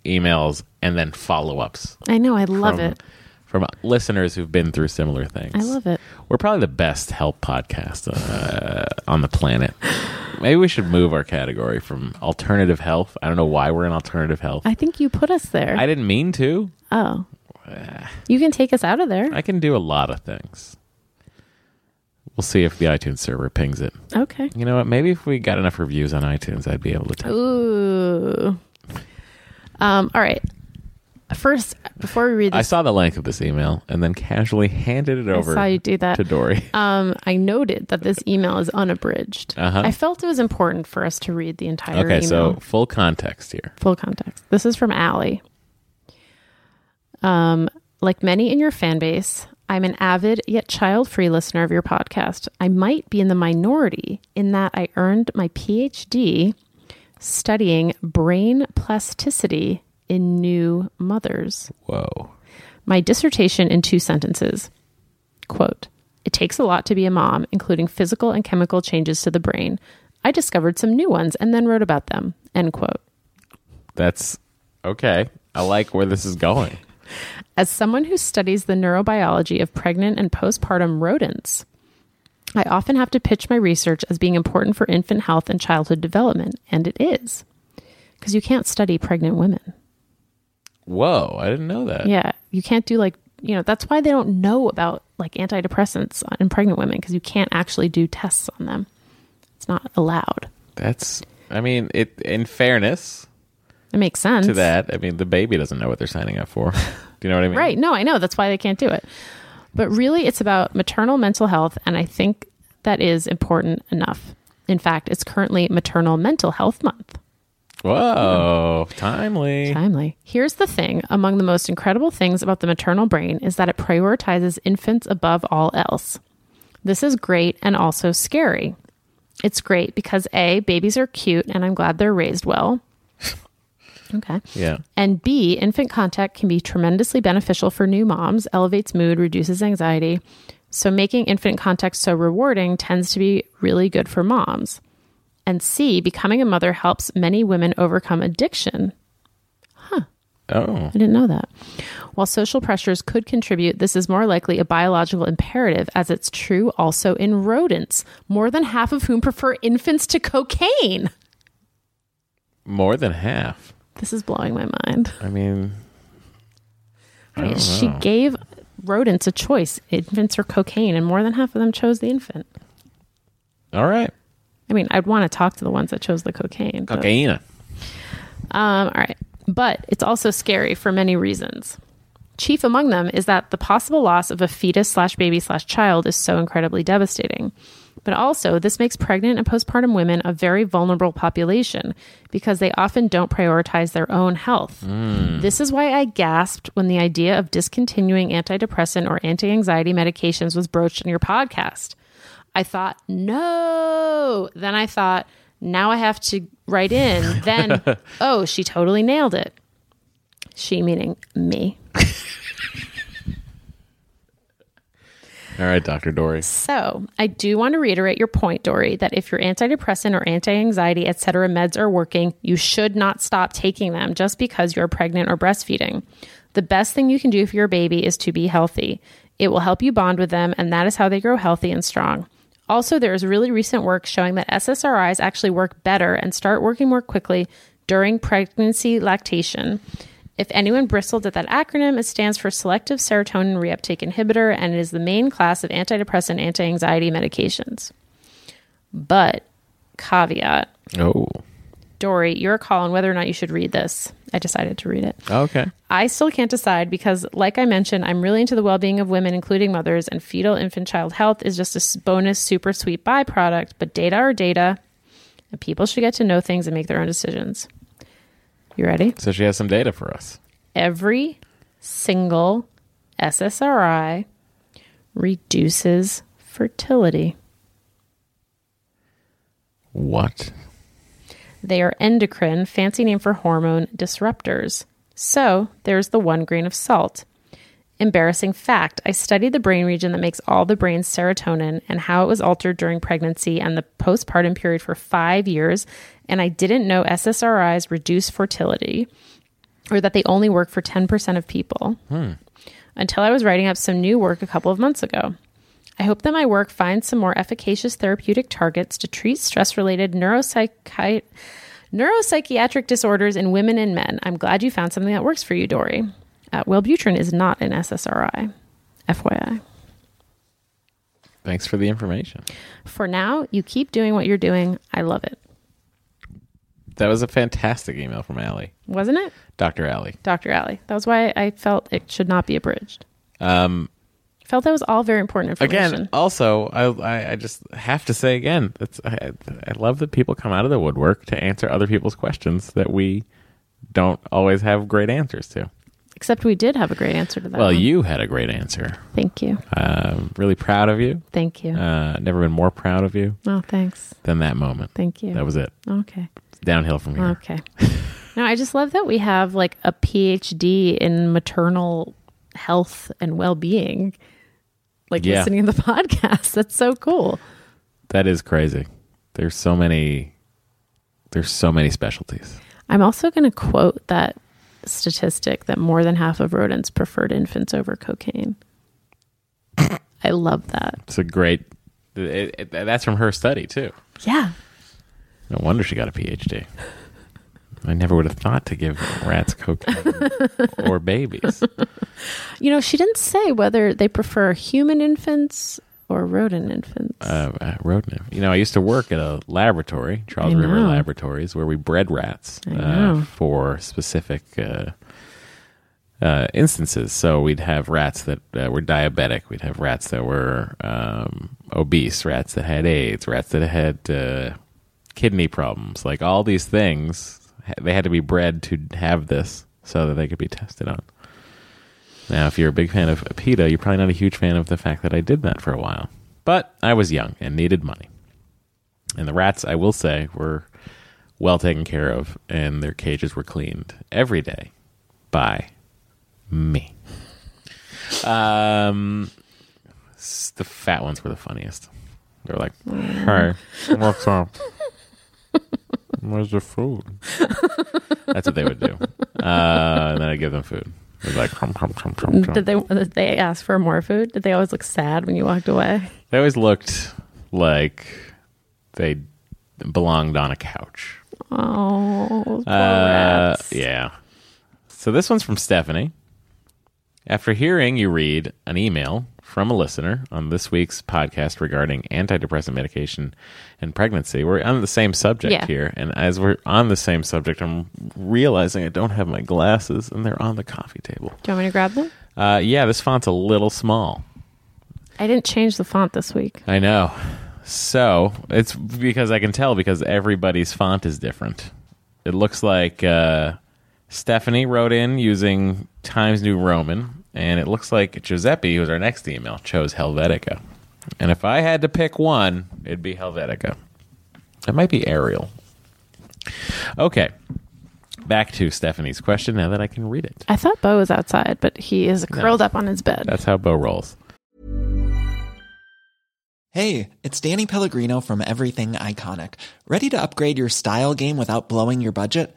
emails and then follow ups.
I know. I love it.
from listeners who've been through similar things.
I love it.
We're probably the best help podcast uh, on the planet. Maybe we should move our category from alternative health. I don't know why we're in alternative health.
I think you put us there.
I didn't mean to. <sighs>
oh, you can take us out of there.
I can do a lot of things. We'll see if the iTunes server pings it.
okay.
You know what? Maybe if we got enough reviews on iTunes, I'd be able to. Take-
Ooh. Um. All right. First, before we read
I
this,
saw the length of this email and then casually handed it
I
over
saw you do that.
to Dory.
Um, I noted that this email is unabridged.
Uh-huh.
I felt it was important for us to read the entire
okay,
email.
so full context here.
full context. This is from Allie. Um, like many in your fan base, I'm an avid yet child free listener of your podcast. I might be in the minority in that I earned my PhD studying brain plasticity in new mothers
Whoa.
my dissertation in two sentences. Quote It takes a lot to be a mom, including physical and chemical changes to the brain. I discovered some new ones and then wrote about them. End quote.
That's okay. I like where this is going.
As someone who studies the neurobiology of pregnant and postpartum rodents, I often have to pitch my research as being important for infant health and childhood development, and it is. Because you can't study pregnant women.
Whoa, I didn't know that.
Yeah, you can't do like you know. That's why they don't know about like antidepressants in pregnant women because you can't actually do tests on them. It's not allowed.
That's I mean, it in fairness
It makes sense
to that, I mean the baby doesn't know what they're signing up for. Do you know what I mean?
right? No, I know that's why they can't do it. But really, it's about maternal mental health, and I think that is important enough. In fact, it's currently Maternal Mental Health Month.
Whoa. Timely.
Timely. Here's the thing among the most incredible things about the maternal brain is that it prioritizes infants above all else. This is great and also scary. It's great because A, babies are cute and I'm glad they're raised well. <laughs> Okay.
Yeah.
And B, infant contact can be tremendously beneficial for new moms, elevates mood, reduces anxiety. So making infant contact so rewarding tends to be really good for moms. And C, becoming a mother helps many women overcome addiction.
Oh.
I didn't know that. While social pressures could contribute, this is more likely a biological imperative, as it's true also in rodents, more than half of whom prefer infants to cocaine.
More than half.
This is blowing my mind.
I mean
Right, she gave rodents a choice infants or cocaine, and more than half of them chose the infant.
all right.
I mean, I'd want to talk to the ones that chose the cocaine. but-
Cocaina.
Um, all right. But it's also scary for many reasons. Chief among them is that the possible loss of a fetus slash baby slash child is so incredibly devastating. But also, this makes pregnant and postpartum women a very vulnerable population because they often don't prioritize their own health. This is why I gasped when the idea of discontinuing antidepressant or anti anxiety medications was broached in your podcast. I thought, no. Then I thought, now I have to write in. Then, oh, she totally nailed it. She meaning me.
All right, Dr. Dory.
So I do want to reiterate your point, Dory, that if your antidepressant or anti-anxiety, et cetera, meds are working, you should not stop taking them just because you're pregnant or breastfeeding. The best thing you can do for your baby is to be healthy. It will help you bond with them, and that is how they grow healthy and strong. Also, there is really recent work showing that SSRIs actually work better and start working more quickly during pregnancy lactation. If anyone bristled at that acronym, it stands for Selective Serotonin Reuptake Inhibitor and it is the main class of antidepressant anti anxiety medications. But, caveat,
Oh.
Dory, your call on whether or not you should read this. I decided to read it.
Okay.
I still can't decide because, like I mentioned, I'm really into the well being of women, including mothers, and fetal infant child health is just a s- bonus, super sweet byproduct. But data are data, and people should get to know things and make their own decisions. You ready?
So she has some data for us.
Every single SSRI reduces fertility.
What?
They are endocrine, fancy name for hormone disruptors. So there's the one grain of salt. Embarrassing fact I studied the brain region that makes all the brain's serotonin and how it was altered during pregnancy and the postpartum period for five years, and I didn't know SSRIs reduce fertility or that they only work for 10% of people until I was writing up some new work a couple of months ago. I hope that my work finds some more efficacious therapeutic targets to treat stress related neuropsychi- neuropsychiatric disorders in women and men. I'm glad you found something that works for you, Dory. Uh, Wellbutrin is not an SSRI, FYI.
Thanks for the information.
For now, you keep doing what you're doing. I love it.
That was a fantastic email from Allie,
Wasn't it,
Dr. Allie.
Dr. Alley? That was why I felt it should not be abridged.
Um,
Felt that was all very important information.
again, also, I, I, I just have to say again, that's, I, I love that people come out of the woodwork to answer other people's questions that we don't always have great answers to.
Except we did have a great answer to that.
Well,
one.
you had a great answer.
Thank you.
Um, really proud of you.
Thank you.
Uh, never been more proud of you
oh, thanks.
than that moment.
Thank you.
That was it.
Okay.
It's downhill from here.
Okay. no, I just love that we have like a PhD in maternal health and well being, like
Yeah.
listening to the <laughs> podcast. That's so cool.
That is crazy. There's so many. There's so many specialties.
I'm also going to quote that statistic that more than half of rodents preferred infants over cocaine. I love that.
It's a great. It, it, that's from her study too.
Yeah.
No wonder she got a PhD. I never would have thought to give rats cocaine or babies.
You know, she didn't say whether they prefer human infants or rodent infants.
Uh, uh, rodent. You know, I used to work at a laboratory, Charles
I
River
know.
Laboratories, where we bred rats uh,
know.
for specific uh, uh, instances. So we'd have rats that uh, were diabetic, we'd have rats that were um, obese, rats that had AIDS, rats that had uh, kidney problems. Like all these things, ha- they had to be bred to have this so that they could be tested on. Now, if you're a big fan of PETA, you're probably not a huge fan of the fact that I did that for a while. But I was young and needed money. And the rats, I will say, were well taken care of, and their cages were cleaned every day by me. Um, s- the fat ones were the funniest. They were like, "Hey, what's up? <laughs> Where's the food?" That's what they would do. Uh, and then I'd give them food. They'd be like, "Hum, hum, hum, hum, hum."
did they did they ask for more food? Did they always look sad when you walked away?
They always looked like they belonged on a couch.
Oh, poor
Uh,
rats.
yeah. So this one's from Stephanie. After hearing you read an email from a listener on this week's podcast regarding antidepressant medication and pregnancy, we're on the same subject
Yeah.
here. And as we're on the same subject, I'm realizing I don't have my glasses and they're on the coffee table.
Do you want me to grab them?
Uh, yeah, this font's a little small.
I didn't change the font this week.
I know. So it's because I can tell because everybody's font is different. It looks like uh, Stephanie wrote in using Times New Roman, and it looks like Giuseppe, who's our next email, chose Helvetica. And if I had to pick one, it'd be Helvetica. It might be Arial. Okay. Back to Stephanie's question now that I can read it.
I thought Bo was outside, but he is curled up on his bed.
That's how Bo rolls.
Hey, it's Danny Pellegrino from Everything Iconic. Ready to upgrade your style game without blowing your budget?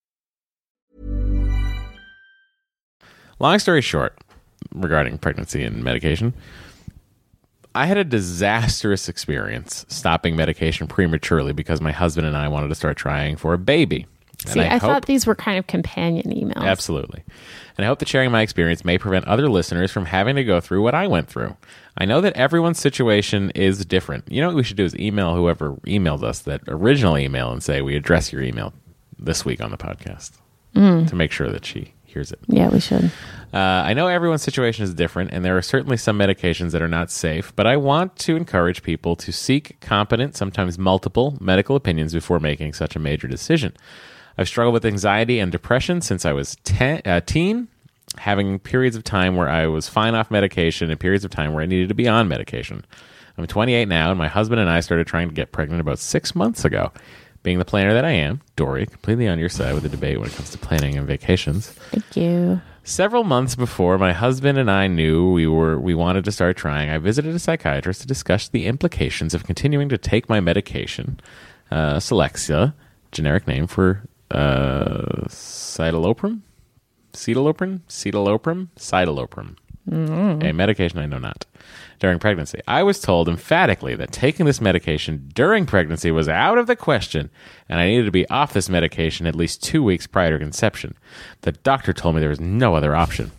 Long story short, regarding pregnancy and medication, I had a disastrous experience stopping medication prematurely because my husband and I wanted to start trying for a baby.
See,
I
I,
hope-
thought these were kind of companion emails.
Absolutely. And I hope that sharing my experience may prevent other listeners from having to go through what I went through. I know that everyone's situation is different. You know what we should do is email whoever emailed us that original email and say we address your email this week on the podcast
Mm.
to make sure that she hears it.
Yeah, we should.
Uh, I know everyone's situation is different, and there are certainly some medications that are not safe, but I want to encourage people to seek competent, sometimes multiple, medical opinions before making such a major decision. I've struggled with anxiety and depression since I was ten, uh, teen, having periods of time where I was fine off medication and periods of time where I needed to be on medication. I'm 28 now, and my husband and I started trying to get pregnant about six months ago. Being the planner that I am, Dory, completely on your side with the debate when it comes to planning and vacations.
Thank you.
Several months before my husband and I knew we were we wanted to start trying, I visited a psychiatrist to discuss the implications of continuing to take my medication, uh, Celexa, generic name for uh, citalopram, citalopram, citalopram, citalopram, a medication I know not. During pregnancy, I was told emphatically that taking this medication during pregnancy was out of the question, and I needed to be off this medication at least two weeks prior to conception. The doctor told me there was no other option.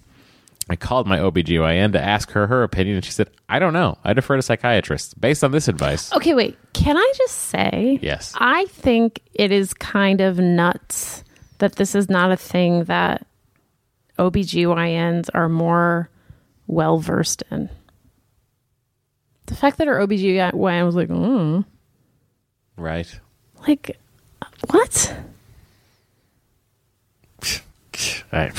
I called my OBGYN to ask her her opinion, and she said, I don't know. I defer to psychiatrists. Based on this advice,
Okay, wait. Can I just say?
Yes.
Oh. I think it is kind of nuts that this is not a thing that OBGYNs are more well versed in. The fact that her OBGYN was like, mm,
right. <laughs>
like, what?
I,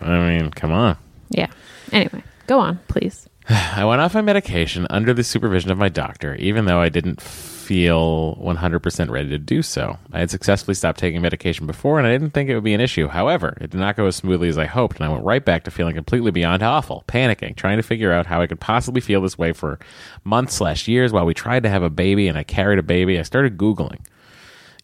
I mean, come on.
Yeah. Anyway, go on, please.
<sighs> I went off my medication under the supervision of my doctor, even though I didn't feel 100% ready to do so. I had successfully stopped taking medication before, and I didn't think it would be an issue. However, it did not go as smoothly as I hoped, and I went right back to feeling completely beyond awful, panicking, trying to figure out how I could possibly feel this way for months slash years while we tried to have a baby and I carried a baby. I started Googling.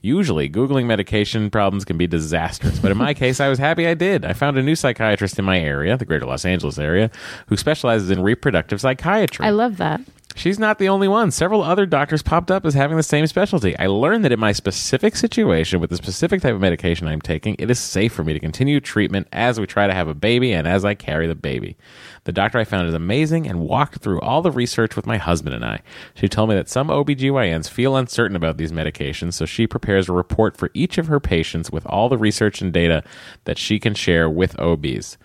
Usually, Googling medication problems can be disastrous, but in my case, I was happy I did. I found a new psychiatrist in my area, the greater Los Angeles area, who specializes in reproductive psychiatry.
I love that.
She's not the only one. Several other doctors popped up as having the same specialty. I learned that in my specific situation with the specific type of medication I'm taking, it is safe for me to continue treatment as we try to have a baby and as I carry the baby. The doctor I found is amazing and walked through all the research with my husband and I. She told me that some OBGYNs feel uncertain about these medications, so she prepares a report for each of her patients with all the research and data that she can share with OBs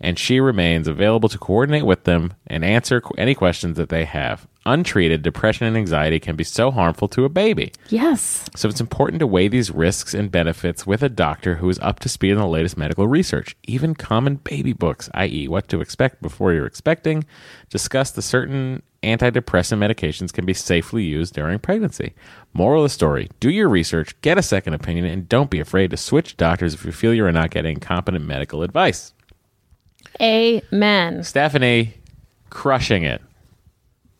and she remains available to coordinate with them and answer qu- any questions that they have. Untreated depression and anxiety can be so harmful to a baby.
Yes.
So it's important to weigh these risks and benefits with a doctor who is up to speed on the latest medical research, even common baby books, i.e., what to expect before you're expecting, discuss the certain antidepressant medications can be safely used during pregnancy. Moral of the story, do your research, get a second opinion, and don't be afraid to switch doctors if you feel you are not getting competent medical advice.
Amen.
Stephanie crushing it.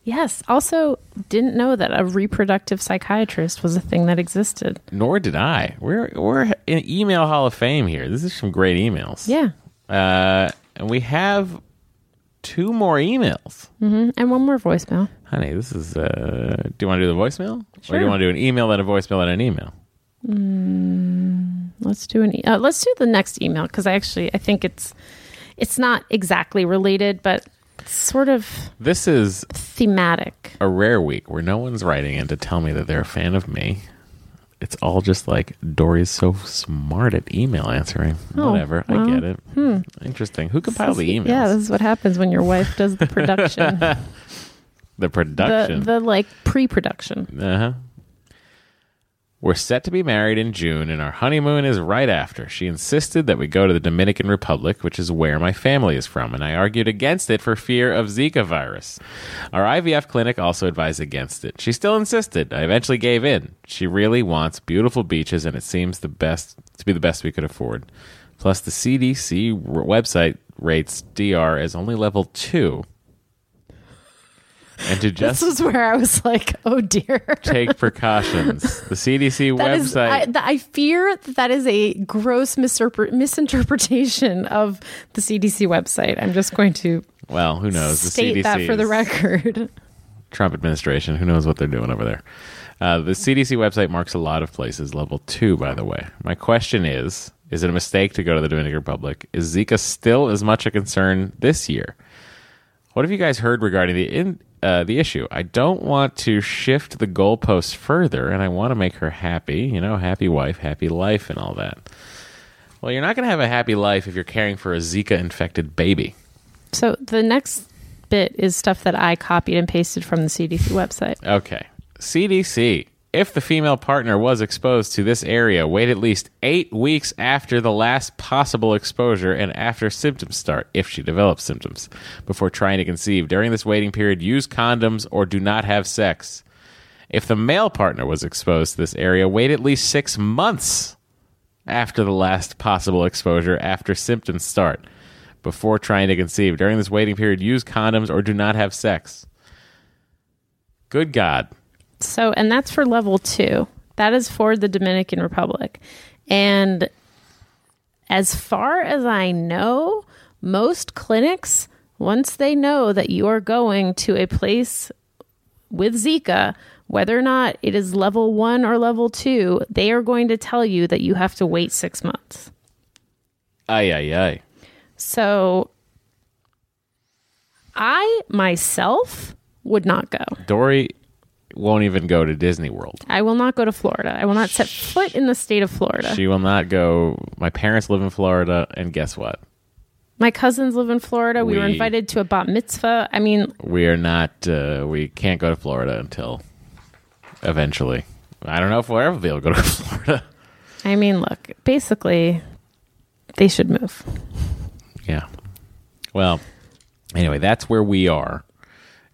Yes. Also, didn't know that a reproductive psychiatrist was a thing that existed.
Nor did I. We're we're in email hall of fame here. This is some great emails.
Yeah.
Uh, and we have two more emails.
And one more voicemail.
Honey, this is. Uh, do you want to do the voicemail, or do you
Sure.
want to do an email then a voicemail then an email?
Let's do an e- uh, let's do the next email because I actually I think it's it's not exactly related, but it's sort of
This is
thematic.
a rare week where no one's writing in to tell me that they're a fan of me. It's all just like Dory's so smart at email answering.
Oh,
Whatever, I
well,
get it. Interesting. Who compiled the emails?
Yeah, this is what happens when your wife does the <laughs> production,
the
the
production.
the like pre-production.
Uh huh. We're set to be married in June, and our honeymoon is right after. She insisted that we go to the Dominican Republic, which is where my family is from, and I argued against it for fear of Zika virus. Our IVF clinic also advised against it. She still insisted. I eventually gave in. She really wants beautiful beaches, and it seems the best to be the best we could afford. Plus, the CDC r- website rates DR as only level two. And to just
This is where I was like, oh dear.
take precautions. The CDC
That is, I,
website.
th- I fear that that is a gross misinterpre- misinterpretation of the CDC website. I'm just going to
well, who knows? The
state
CDC
that for the
is
record. <laughs>
Trump administration. Who knows what they're doing over there? Uh, the CDC website marks a lot of places level two, by the way. My question is Is it a mistake to go to the Dominican Republic? Is Zika still as much a concern this year? What have you guys heard regarding the in, uh, the issue? I don't want to shift the goalposts further, and I want to make her happy. You know, happy wife, happy life, and all that. Well, you're not going to have a happy life if you're caring for a Zika infected baby.
So the next bit is stuff that I copied and pasted from the CDC website.
Okay. CDC. If the female partner was exposed to this area, wait at least eight weeks after the last possible exposure and after symptoms start, if she develops symptoms, before trying to conceive. During this waiting period, use condoms or do not have sex. If the male partner was exposed to this area, wait at least six months after the last possible exposure, after symptoms start, before trying to conceive. During this waiting period, use condoms or do not have sex. Good God.
So, and that's for level two. That is for the Dominican Republic. And as far as I know, most clinics, once they know that you are going to a place with Zika, whether or not it is level one or level two, they are going to tell you that you have to wait six months.
Ay, ay, ay.
So, I myself would not go.
Dory won't even go to Disney World.
I will not go to Florida. I will not set foot in the state of Florida.
She will not go. My parents live in Florida, and guess what?
My cousins live in Florida. We, were
We-
invited to a bat mitzvah. I mean,
We are not. Uh, we can't go to Florida until eventually. I don't know if we'll ever be able to <laughs> go to Florida.
I mean, look, basically, they should move.
Yeah. Well, anyway, that's where we are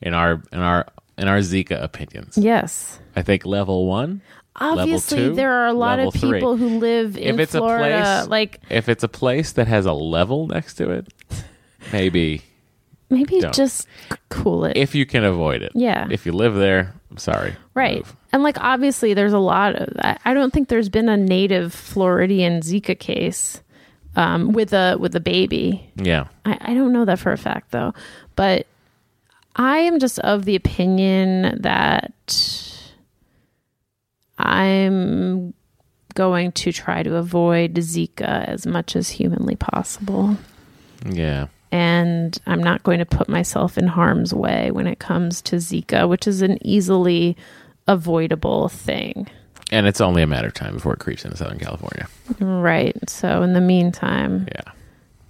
in our in our in our Zika opinions.
Yes.
I think level one.
Obviously,
two,
there are a lot of
level three.
people who live in
if it's
Florida.
a place
like,
if it's a place that has a level next to it, maybe
maybe
don't.
just c- cool it.
if you can avoid it.
Yeah.
If you live there, I'm sorry.
right.
Move.
And, like, obviously, there's a lot of, I, I don't think there's been a native Floridian Zika case um, with a with a baby.
Yeah.
I, I don't know that for a fact though, but I am just of the opinion that I'm going to try to avoid Zika as much as humanly possible.
Yeah.
And I'm not going to put myself in harm's way when it comes to Zika, which is an easily avoidable thing.
And it's only a matter of time before it creeps into Southern California.
Right. So, in the meantime,
Yeah.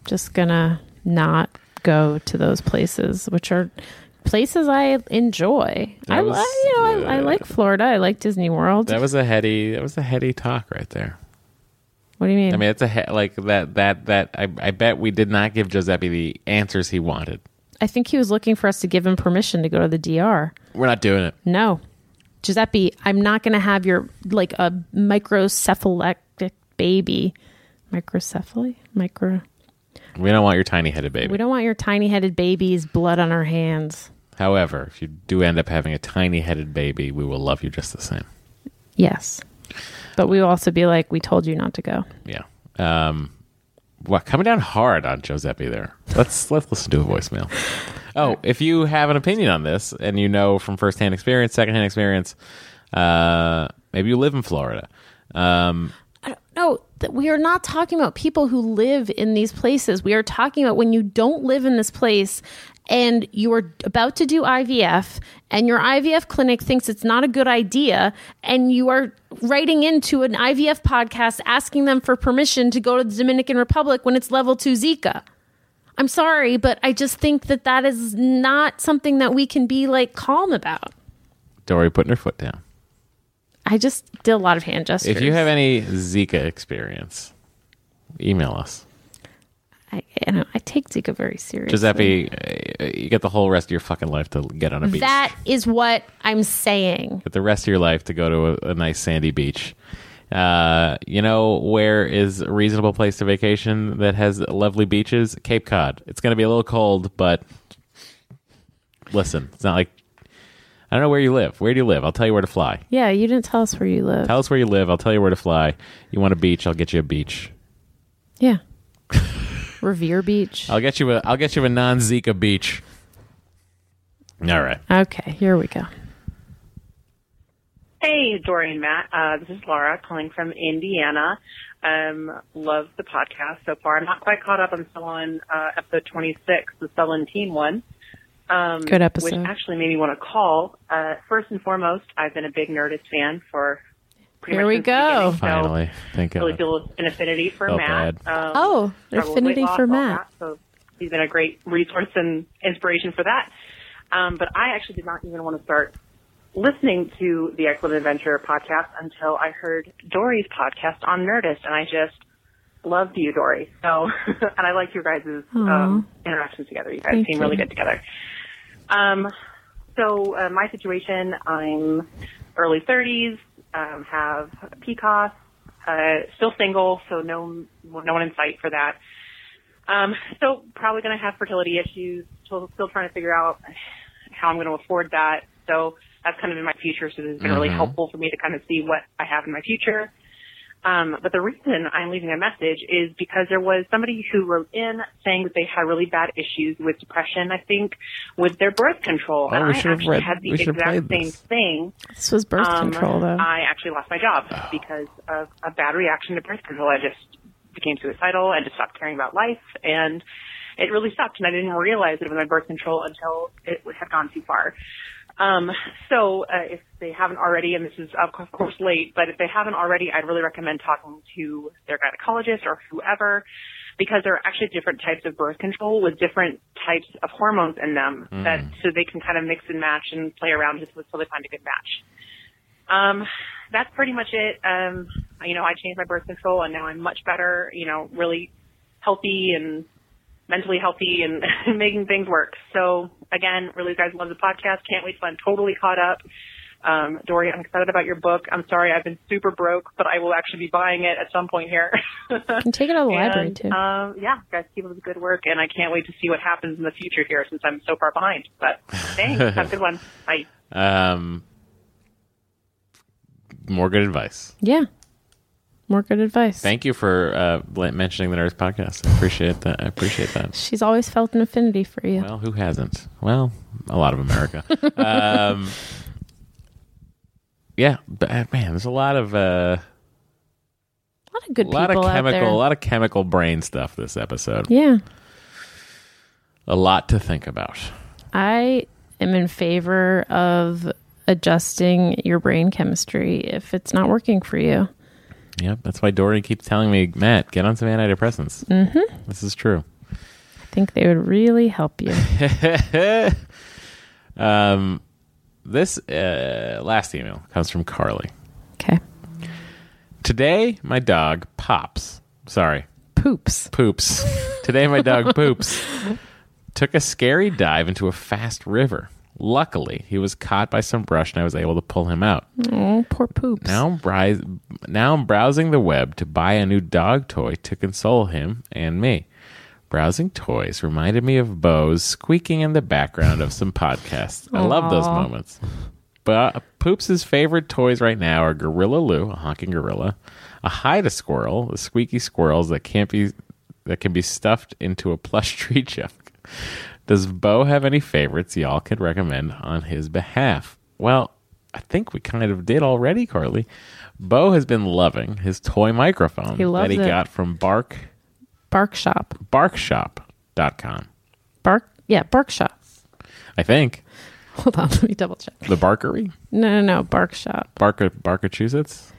just gonna not go to those places, which are places I enjoy.
That
I,
was-
I- you know, I, I
yeah.
like Florida. I like Disney World.
That was a heady that was a heady talk right there.
what do you mean?
I mean, it's a he- like that that that I I bet we did not give Giuseppe the answers he wanted.
I think he was looking for us to give him permission to go to the DR.
We're not doing it.
No, Giuseppe, I'm not gonna have your like a microcephalic baby, microcephaly, micro.
We don't want your tiny headed baby.
We don't want your tiny headed baby's blood on our hands.
However, if you do end up having a tiny headed baby, we will love you just the same.
Yes, but we will also be like, we told you not to go.
Yeah. Um well, coming down hard on Giuseppe there. Let's <laughs> let's listen to a voicemail. Oh, if you have an opinion on this and you know from firsthand experience, secondhand experience, uh maybe you live in Florida. Um
No, th- we are not talking about people who live in these places. We are talking about when you don't live in this place and you are about to do IVF and your IVF clinic thinks it's not a good idea and you are writing into an IVF podcast asking them for permission to go to the Dominican Republic when it's level 2 Zika. I'm sorry, but I just think that that is not something that we can be like calm about.
Dory putting her foot down.
I just did a lot of hand gestures.
If you have any Zika experience, email us.
I, I, know, I take Zika very seriously.
Giuseppe, uh, you get the whole rest of your fucking life to get on a beach.
That is what I'm saying.
get the rest of your life to go to a, a nice sandy beach. Uh, you know where is a reasonable place to vacation that has lovely beaches? Cape Cod. It's going to be a little cold, but listen, it's not like I don't know where you live. Where do you live? I'll tell you where to fly.
Yeah, you didn't tell us where you live.
Tell us where you live. I'll tell you where to fly. You want a beach? I'll get you a beach. <laughs>
yeah. Revere Beach.
I'll get you a I'll get you a non Zika beach. All right.
Okay, here we go.
Hey, Dory and Matt. Uh, this is Laura calling from Indiana. Um, love the podcast so far. I'm not quite caught up. I'm still on uh, episode 26, the Sullen Teen one. Um,
Good episode.
Which actually made me want to call. Uh, first and foremost, I've been a big Nerdist fan for. pretty
Here
much
we
since
go.
the beginning, so
Finally, thank
Really
God.
feel an affinity for
Felt
Matt. Um,
Oh,
struggle with
affinity
weight loss,
for
all
Matt.
that, so he's been a great resource and inspiration for that. Um, but I actually did not even want to start listening to the Excellent Adventure podcast until I heard Dory's podcast on Nerdist, and I just loved you, Dory. So, <laughs> and I like your guys' um, interactions together. You guys
Thank
seem really
you.
good together. Um, so uh, my situation, I'm early 30s, um, have PCOS, uh, still single, so no no one in sight for that. Um, so probably going to have fertility issues. Still, still trying to figure out how I'm going to afford that. So that's kind of in my future. So this has been really
Mm-hmm.
helpful for me to kind of see what I have in my future. Um, but the reason I'm leaving a message is because there was somebody who wrote in saying that they had really bad issues with depression. I think with their birth control,
Oh,
and
we
I
should have
actually
read-
had the
we should have
exact
played
same
this.
thing.
This was birth
Um,
control, though. Oh.
I actually lost my job because of a bad reaction to birth control. I just became suicidal and just stopped caring about life, and it really sucked. And I didn't realize it was my birth control until it had gone too far. Um, so uh, if they haven't already, and this is of co- of course late, but if they haven't already, I'd really recommend talking to their gynecologist or whoever, because there are actually different types of birth control with different types of hormones in them, that
Mm.
so they can kind of mix and match and play around just until they find a good match. Um, that's pretty much it. Um, you know, I changed my birth control and now I'm much better, you know, really healthy and mentally healthy and <laughs> making things work. So again, really guys love the podcast. Can't wait till I'm totally caught up. Um, Dory, I'm excited about your book. I'm sorry I've been super broke, but I will actually be buying it at some point here.
can take it out of the library
And,
too.
<laughs> Um, yeah, guys, keep up the good work, and I can't wait to see what happens in the future here since I'm so far behind. But thanks. Have a good one. Bye.
Um, more good advice.
yeah, more good advice.
Thank you for uh, le- mentioning the Nerds podcast. I appreciate that. I appreciate that.
She's always felt an affinity for you.
Well, who hasn't? Well, a lot of
<laughs>
America. um, yeah, but uh, man, there's a lot of uh,
a lot of good
a lot
people
of
out there.
chemical, a lot of chemical brain stuff this episode.
yeah,
A lot to think about.
I am in favor of adjusting your brain chemistry if it's not working for you.
Yep, that's why Dory keeps telling me, Matt, get on some antidepressants. Mm-hmm. This is true.
I think they would really
<laughs>
help you.
um, this uh, last email comes from Carly.
Okay,
Today, my dog pops. Sorry,
poops.
poops. Today, my dog poops. Took a scary dive into a fast river. Luckily, he was caught by some brush and I was able to pull him out.
Oh, poor poops.
Now I'm, bri- now I'm browsing the web to buy a new dog toy to console him and me. Browsing toys reminded me of Bo's squeaking in the background of some podcasts. I love those
Aw.
moments. But Poops' favorite toys right now are Gorilla Lou, a honking gorilla, a hide a squirrel, the squeaky squirrels that can't be that can be stuffed into a plush <laughs> tree junk. Does Bo have any favorites y'all could recommend on his behalf? Well, I think we kind of did already, Carly. Bo has been loving his toy microphone
He loves
that he
it.
got from Bark
Bark shop.
Barkshop.com.
Bark. Yeah, bark shop. <laughs>
I think
Hold on, let me double check.
the Barkery,
No, no, no, bark shop.
Barker Barkachusetts.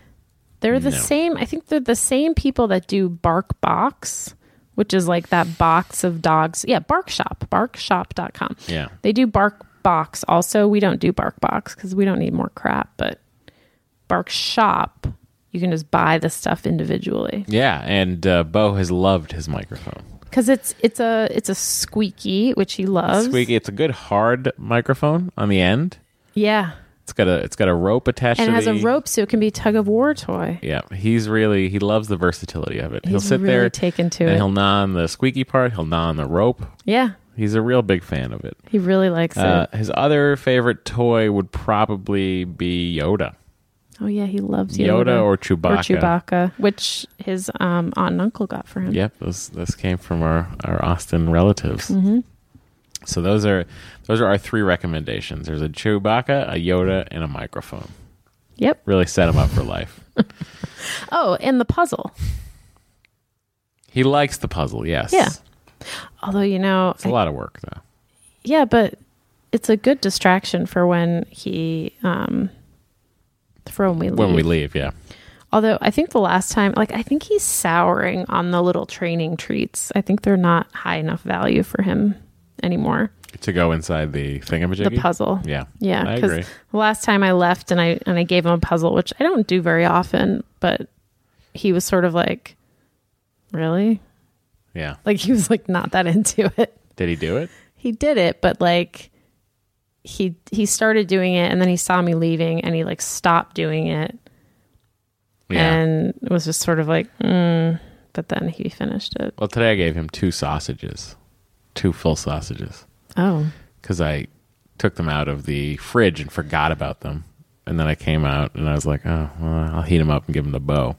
They're the
No.
same. I think they're the same people that do Bark Box, which is like that box of dogs. Yeah, Bark Shop, barkshop.com.
Yeah.
They do Bark Box also. We don't do Bark Box because we don't need more crap, but Bark Shop, you can just buy the stuff individually.
Yeah, and uh, Bo has loved his microphone.
Cuz it's it's a it's a squeaky, which he loves.
Squeaky. It's a good hard microphone on the end.
Yeah.
It's got a it's got a rope attached.
And
to
it has a
the-
rope so it can be tug of war toy.
Yeah, he's really he loves the versatility of it. he'll
He's
sit
really
there,
taken to
and
it.
he'll gnaw on the squeaky part. He'll gnaw on the rope.
Yeah.
He's a real big fan of it.
He really likes
Uh,
it.
his other favorite toy would probably be Yoda.
Oh yeah, he loves
Yoda,
Yoda,
or Chewbacca.
Or Chewbacca, which his um, aunt and uncle got for him.
Yep, this this came from our our Austin relatives. Mm-hmm. So those are those are our three recommendations. There's a Chewbacca, a Yoda, and a microphone.
Yep.
Really set him up for life.
Oh, and the puzzle.
He likes the puzzle, yes.
Yeah. Although, you know,
It's a lot of work, though.
yeah, but it's a good distraction for when he, um, for when we leave.
When we leave, yeah.
Although I think the last time, like, I think he's souring on the little training treats. I think they're not high enough value for him anymore.
To go inside the thingamajiggy?
The puzzle.
Yeah.
Yeah,
I agree.
because the last time I left and I and I gave him a puzzle, which I don't do very often, but he was sort of like, really,
Yeah.
like he was like not that <laughs> into it.
Did he do it?
He did it, but like he he started doing it, and then he saw me leaving, and he like stopped doing it,
Yeah.
and was just sort of like, mm, but then he finished it.
well, today I gave him two sausages, two full sausages,
Oh,
because I took them out of the fridge and forgot about them. And then I came out and I was like, oh, well, I'll heat him up and give him the bow.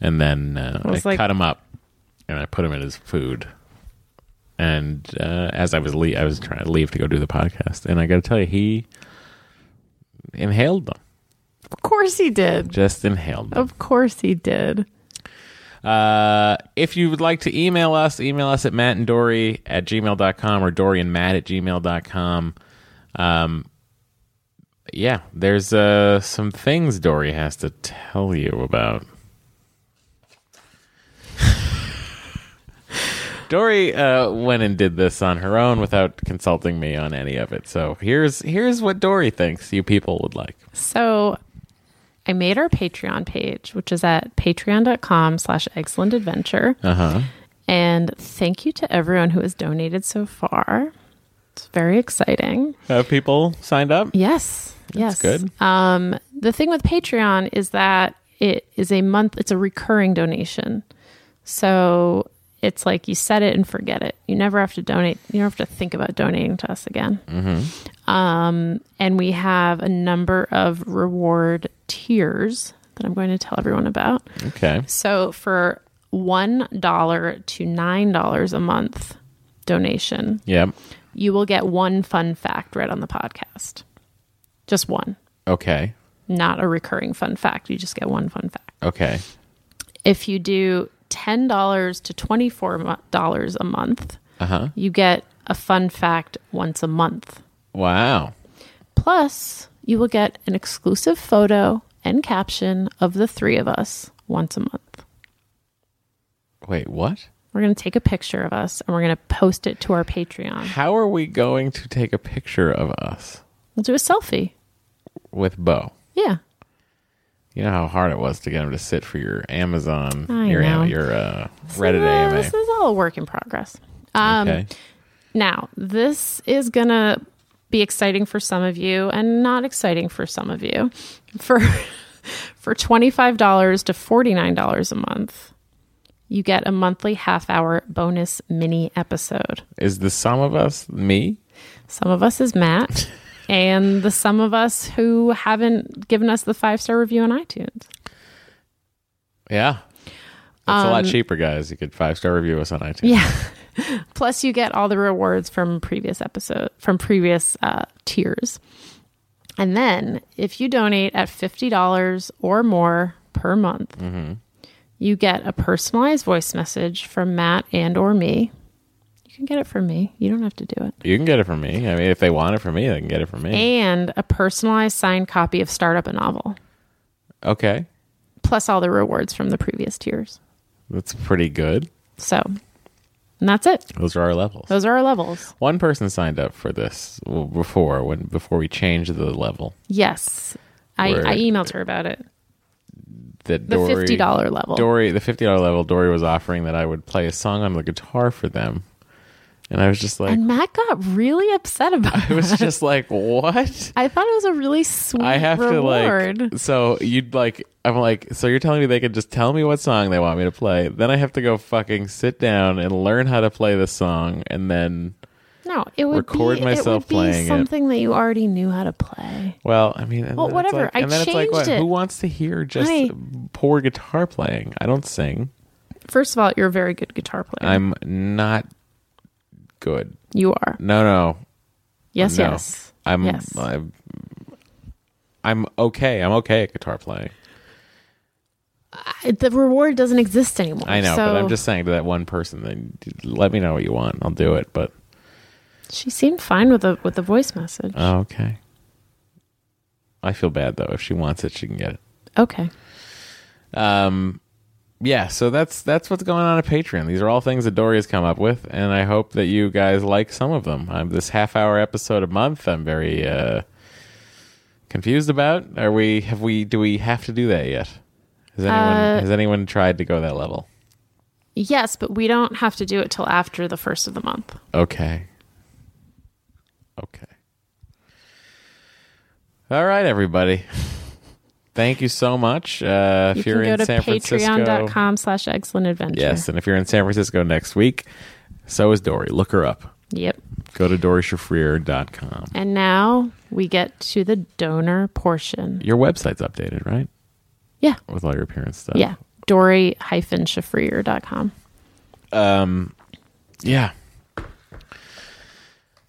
And then uh, I,
was like-
cut him up and I put him in his food. And uh, as I was le- I was trying to leave to go do the podcast, and I got to tell you, he inhaled them.
of course he did.
Just inhaled them.
Of course he did.
Uh, if you would like to email us, email us at Matt and Dory at gmail.com or Dory and Matt at gmail.com. Um, yeah, there's uh, some things Dory has to tell you about. <laughs> Dory uh, went and did this on her own without consulting me on any of it. So here's here's what Dory thinks you people would like.
So I made our Patreon page, which is at patreon.com slash excellent adventure.
Uh-huh.
And thank you to everyone who has donated so far. It's very exciting.
Have people signed up?
Yes. yes.
good.
Um, the thing with Patreon is that it is a month, it's a recurring donation. So it's like you set it and forget it. You never have to donate. You never have to think about donating to us again. Um, and we have a number of reward tiers that I'm going to tell everyone about.
Okay.
So for one dollar to nine dollars a month donation,
Yep.
you will get one fun fact read on the podcast. Just one,
Okay.
not a recurring fun fact. You just get one fun fact.
Okay.
If you do ten dollars to twenty four dollars a month,
Uh-huh.
you get a fun fact once a month.
Wow.
Plus, you will get an exclusive photo and caption of the three of us once a month.
Wait, what?
We're going to take a picture of us and we're going to post it to our Patreon.
How are we going to take a picture of us
We'll do a selfie.
with Bo?
Yeah.
You know how hard it was to get him to sit for your Amazon,
I
your Am-
know.
your uh, Reddit
Uh,
AMA.
This is all a work in progress. Um,
okay.
Now, this is going to be exciting for some of you and not exciting for some of you. For <laughs> for $25 to $49 a month, you get a monthly half-hour bonus mini episode.
Is the sum of us me?
Some of us is Matt and the some of us who haven't given us the five-star review on iTunes.
Yeah. That's a lot cheaper, guys. You could five star review us on iTunes.
Um, Yeah. <laughs> Plus, you get all the rewards from previous episode from previous uh, tiers. And then, if you donate at fifty dollars or more per month, you get a personalized voice message from Matt and or me. You can get it from me. You don't have to do it.
You can get it from me. I mean, if they want it from me, they can get it from me.
And a personalized signed copy of Startup a Novel.
Okay.
Plus, all the rewards from the previous tiers.
That's pretty good.
So, and that's it.
Those are our levels.
Those are our levels.
One person signed up for this well, before when before we changed the level.
Yes, I,
Word.
I emailed her about it.
That
The
Dory-
fifty dollar level.
Dory, the fifty dollar level, Dory was offering that I would play a song on the guitar for them, and I was just like,
And Matt got really upset
<laughs>
about
I
it. <laughs>
was just like, what?
I thought it was a really sweet
I have
reward.
to like. So you'd like, I'm like, so you're telling me they could just tell me what song they want me to play? Then I have to go fucking sit down and learn how to play the song, and then,
no, it would
record
be, it
myself
would be
playing it.
something that you already knew how to play.
well, I mean, and
Well,
then it's
whatever.
like-
I
and then it's like,
changed it.
who wants to hear just
I-
poor guitar playing? I don't sing.
First of all, you're a very good guitar player.
I'm not good.
you are.
No, no,
Yes,
no.
yes.
I'm.
Yes.
I'm I'm okay. I'm okay at guitar playing.
I- the reward doesn't exist anymore.
I know,
so
but I'm just saying to that one person, then let me know what you want. I'll do it. But
She seemed fine with the with the voice message.
oh, okay. I feel bad though. If she wants it, she can get it.
okay.
Um, yeah, so that's that's what's going on at Patreon. These are all things that Dory has come up with, and I hope that you guys like some of them. Um, this half hour episode a month, I'm very uh, confused about. Are we have we do we have to do that yet? Has anyone
Uh,
has anyone tried to go that level?
Yes, but we don't have to do it till after the first of the month.
Okay. Okay. All right, everybody. <laughs> Thank you so much. Uh,
You
if you're
can go
in
to
San Francisco,
patreon.com slash excellent adventure.
Yes, and if you're in San Francisco next week, so is Dory. Look her up.
Yep.
Go to doryshafrir.com.
And now we get to the donor portion.
Your website's updated, right?
Yeah.
With all your appearance stuff.
Yeah. Dory hyphen com.
Yeah.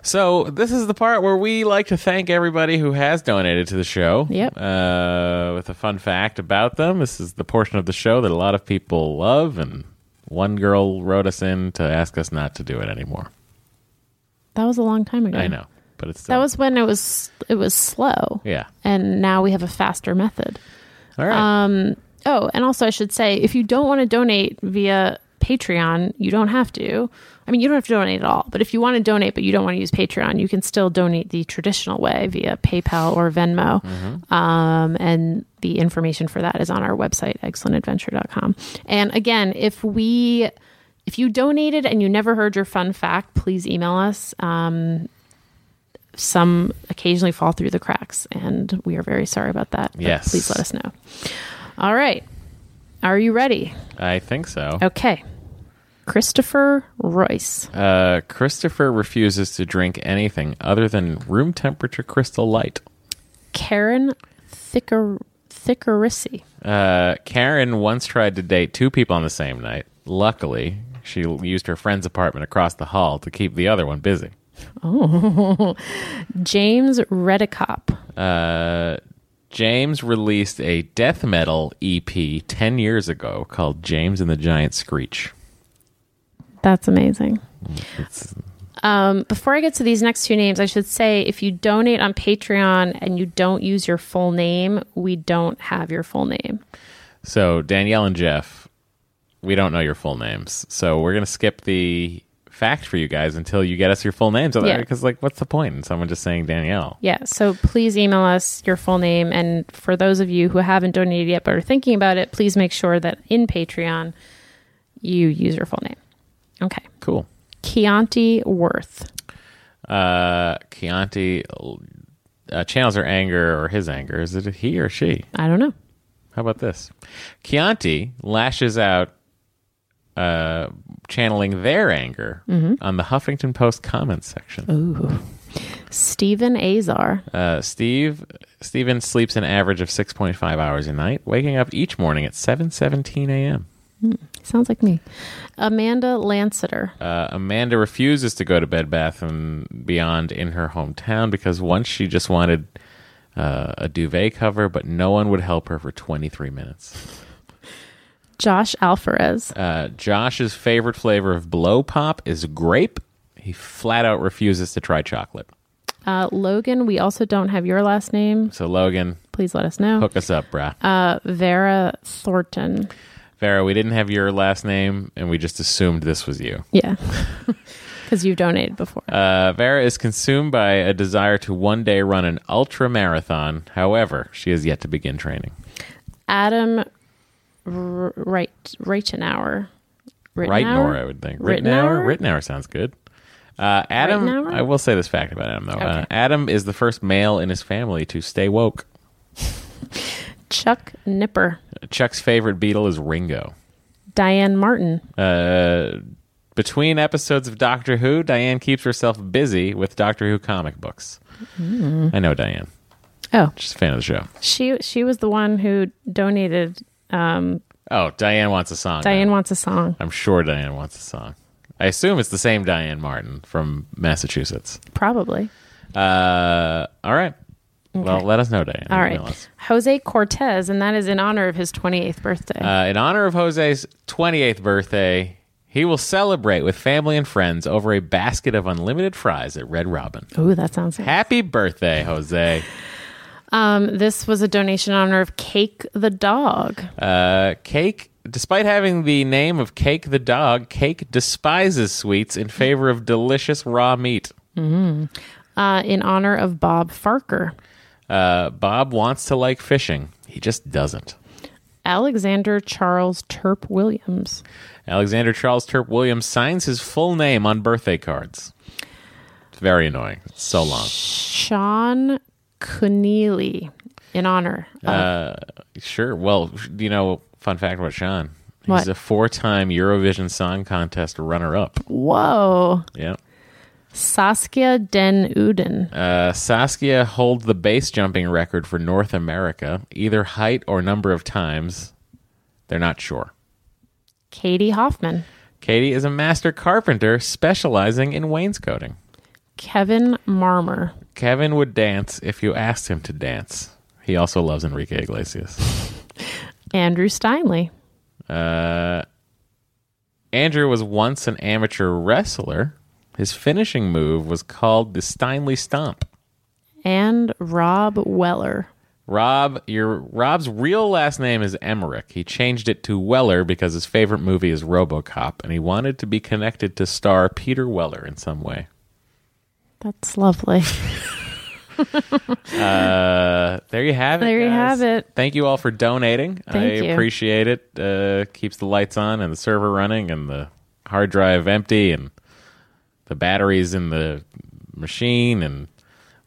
So this is the part where we like to thank everybody who has donated to the show.
Yep.
Uh, with a fun fact about them. This is the portion of the show that a lot of people love, and one girl wrote us in to ask us not to do it anymore.
That was a long time ago.
I know, but it's still
That was when it was it was slow.
yeah.
And now we have a faster method.
All right.
Oh, and also I should say if you don't want to donate via Patreon, you don't have to. I mean, you don't have to donate at all, but if you want to donate but you don't want to use Patreon, you can still donate the traditional way via PayPal or Venmo.
Mm.
Um, and the information for that is on our website excellentadventure.com. And again, if we if you donated and you never heard your fun fact, please email us. Um, some occasionally fall through the cracks, and we are very sorry about that. but
Yes.
Please let us know. All right. Are you ready?
I think so.
Okay. Christopher Royce.
Uh, Christopher refuses to drink anything other than room temperature crystal light.
Karen Thicker Thickerissi.
Uh, Karen once tried to date two people on the same night. Luckily, she used her friend's apartment across the hall to keep the other one busy.
James Redicop.
James released a death metal EP 10 years ago called James and the Giant Screech.
That's amazing. Um, before I get to these next two names, I should say if you donate on Patreon and you don't use your full name, we don't have your full name.
So, Danielle and Jeff, we don't know your full names. So, we're going to skip the fact for you guys until you get us your full names.
Yeah.
Because, like, what's the point in someone just saying Danielle?
Yeah, so please email us your full name. And for those of you who haven't donated yet but are thinking about it, please make sure that in Patreon you use your full name. Okay.
Cool.
Chianti Worth.
uh Chianti uh, channels her anger or his anger. Is it he or she?
I don't know.
How about this? Chianti lashes out, uh, channeling their anger on the Huffington Post comments section.
Stephen Azar.
Uh, Steve Steven sleeps an average of six point five hours a night, waking up each morning at seven seventeen a.m.
Sounds like me. Amanda Lanceter.
Uh, Amanda refuses to go to Bed Bath and Beyond in her hometown because once she just wanted uh, a duvet cover, but no one would help her for 23 minutes.
Josh Alvarez.
Uh, Josh's favorite flavor of blow pop is grape. He flat out refuses to try chocolate.
Uh, Logan, we also don't have your last name.
So Logan,
Please let us know.
hook us up, brah.
Uh, Vera Thornton.
Vera, we didn't have your last name, and we just assumed this was you.
Yeah. <laughs> Because you've donated before.
Uh, Vera is consumed by a desire to one day run an ultra marathon. However, she has yet to begin training.
Adam R- Wright Reichenauer.
Rittenauer, I would think. Rittenauer?
Rittenauer?
Rittenauer sounds good. Uh, Adam,
Rittenauer?
I will say this fact about Adam, though. Uh,
Okay.
Adam is the first male in his family to stay woke.
Chuck Nipper.
Chuck's favorite beetle is Ringo.
Diane Martin.
Uh, between episodes of Doctor Who, Diane keeps herself busy with Doctor Who comic books. I know Diane.
Mm-hmm. Oh,
She's a fan of the show.
she she was the one who donated. Um,
Oh, Diane wants a song.
Diane
now.
wants a song,
I'm sure Diane wants a song. I assume it's the same Diane Martin from Massachusetts.
probably.
Uh, all right. Well, let us know, Diane.
All right.
Email us.
Jose Cortez, and that is in honor of his 28th birthday.
Uh, in honor of Jose's 28th birthday, he will celebrate with family and friends over a basket of unlimited fries at Red Robin.
oh, that sounds nice.
Happy birthday, Jose.
Um, this was a donation in honor of Cake the Dog.
Uh, Cake, despite having the name of Cake the dog, Cake despises sweets in favor of delicious raw meat.
Uh, in honor of Bob Farker.
Uh, Bob wants to like fishing, he just doesn't.
Alexander Charles Terp Williams.
Alexander Charles Terp Williams signs his full name on birthday cards. It's very annoying. It's so long.
Sean Keneally in honor of
Sure. Well, you know, fun fact about Sean. He's
What?
a four-time Eurovision Song Contest runner-up.
Whoa.
Yeah.
Saskia Den Uden.
Uh, Saskia holds the base jumping record for North America, either height or number of times. They're not sure.
Katie Hoffman.
Katie is a master carpenter specializing in wainscoting.
Kevin Marmer.
Kevin would dance if you asked him to dance. He also loves Enrique Iglesias.
Andrew Steinley.
Andrew was once an amateur wrestler. His finishing move was called the Steinley Stomp.
And Rob Weller.
Rob, your Rob's real last name is Emmerich. He changed it to Weller because his favorite movie is RoboCop, and he wanted to be connected to star Peter Weller in some way.
That's lovely. <laughs>
Uh, there you have it.
There you
guys.
have it.
Thank you all for donating.
Thank
I
you.
appreciate it. Uh, keeps the lights on and the server running and the hard drive empty and the batteries in the machine and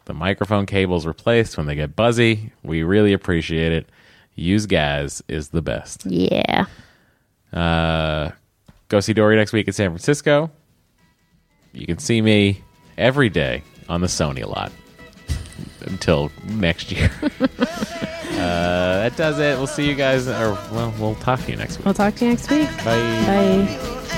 the microphone cables replaced when they get buzzy. We really appreciate it. Use guys is the best.
yeah.
Uh, go see Dory next week in San Francisco. You can see me every day on the Sony lot until next year. <laughs> uh, that does it. We'll see you guys, or well, we'll talk to you next week.
We'll talk to you next week.
Bye.
Bye.
Bye.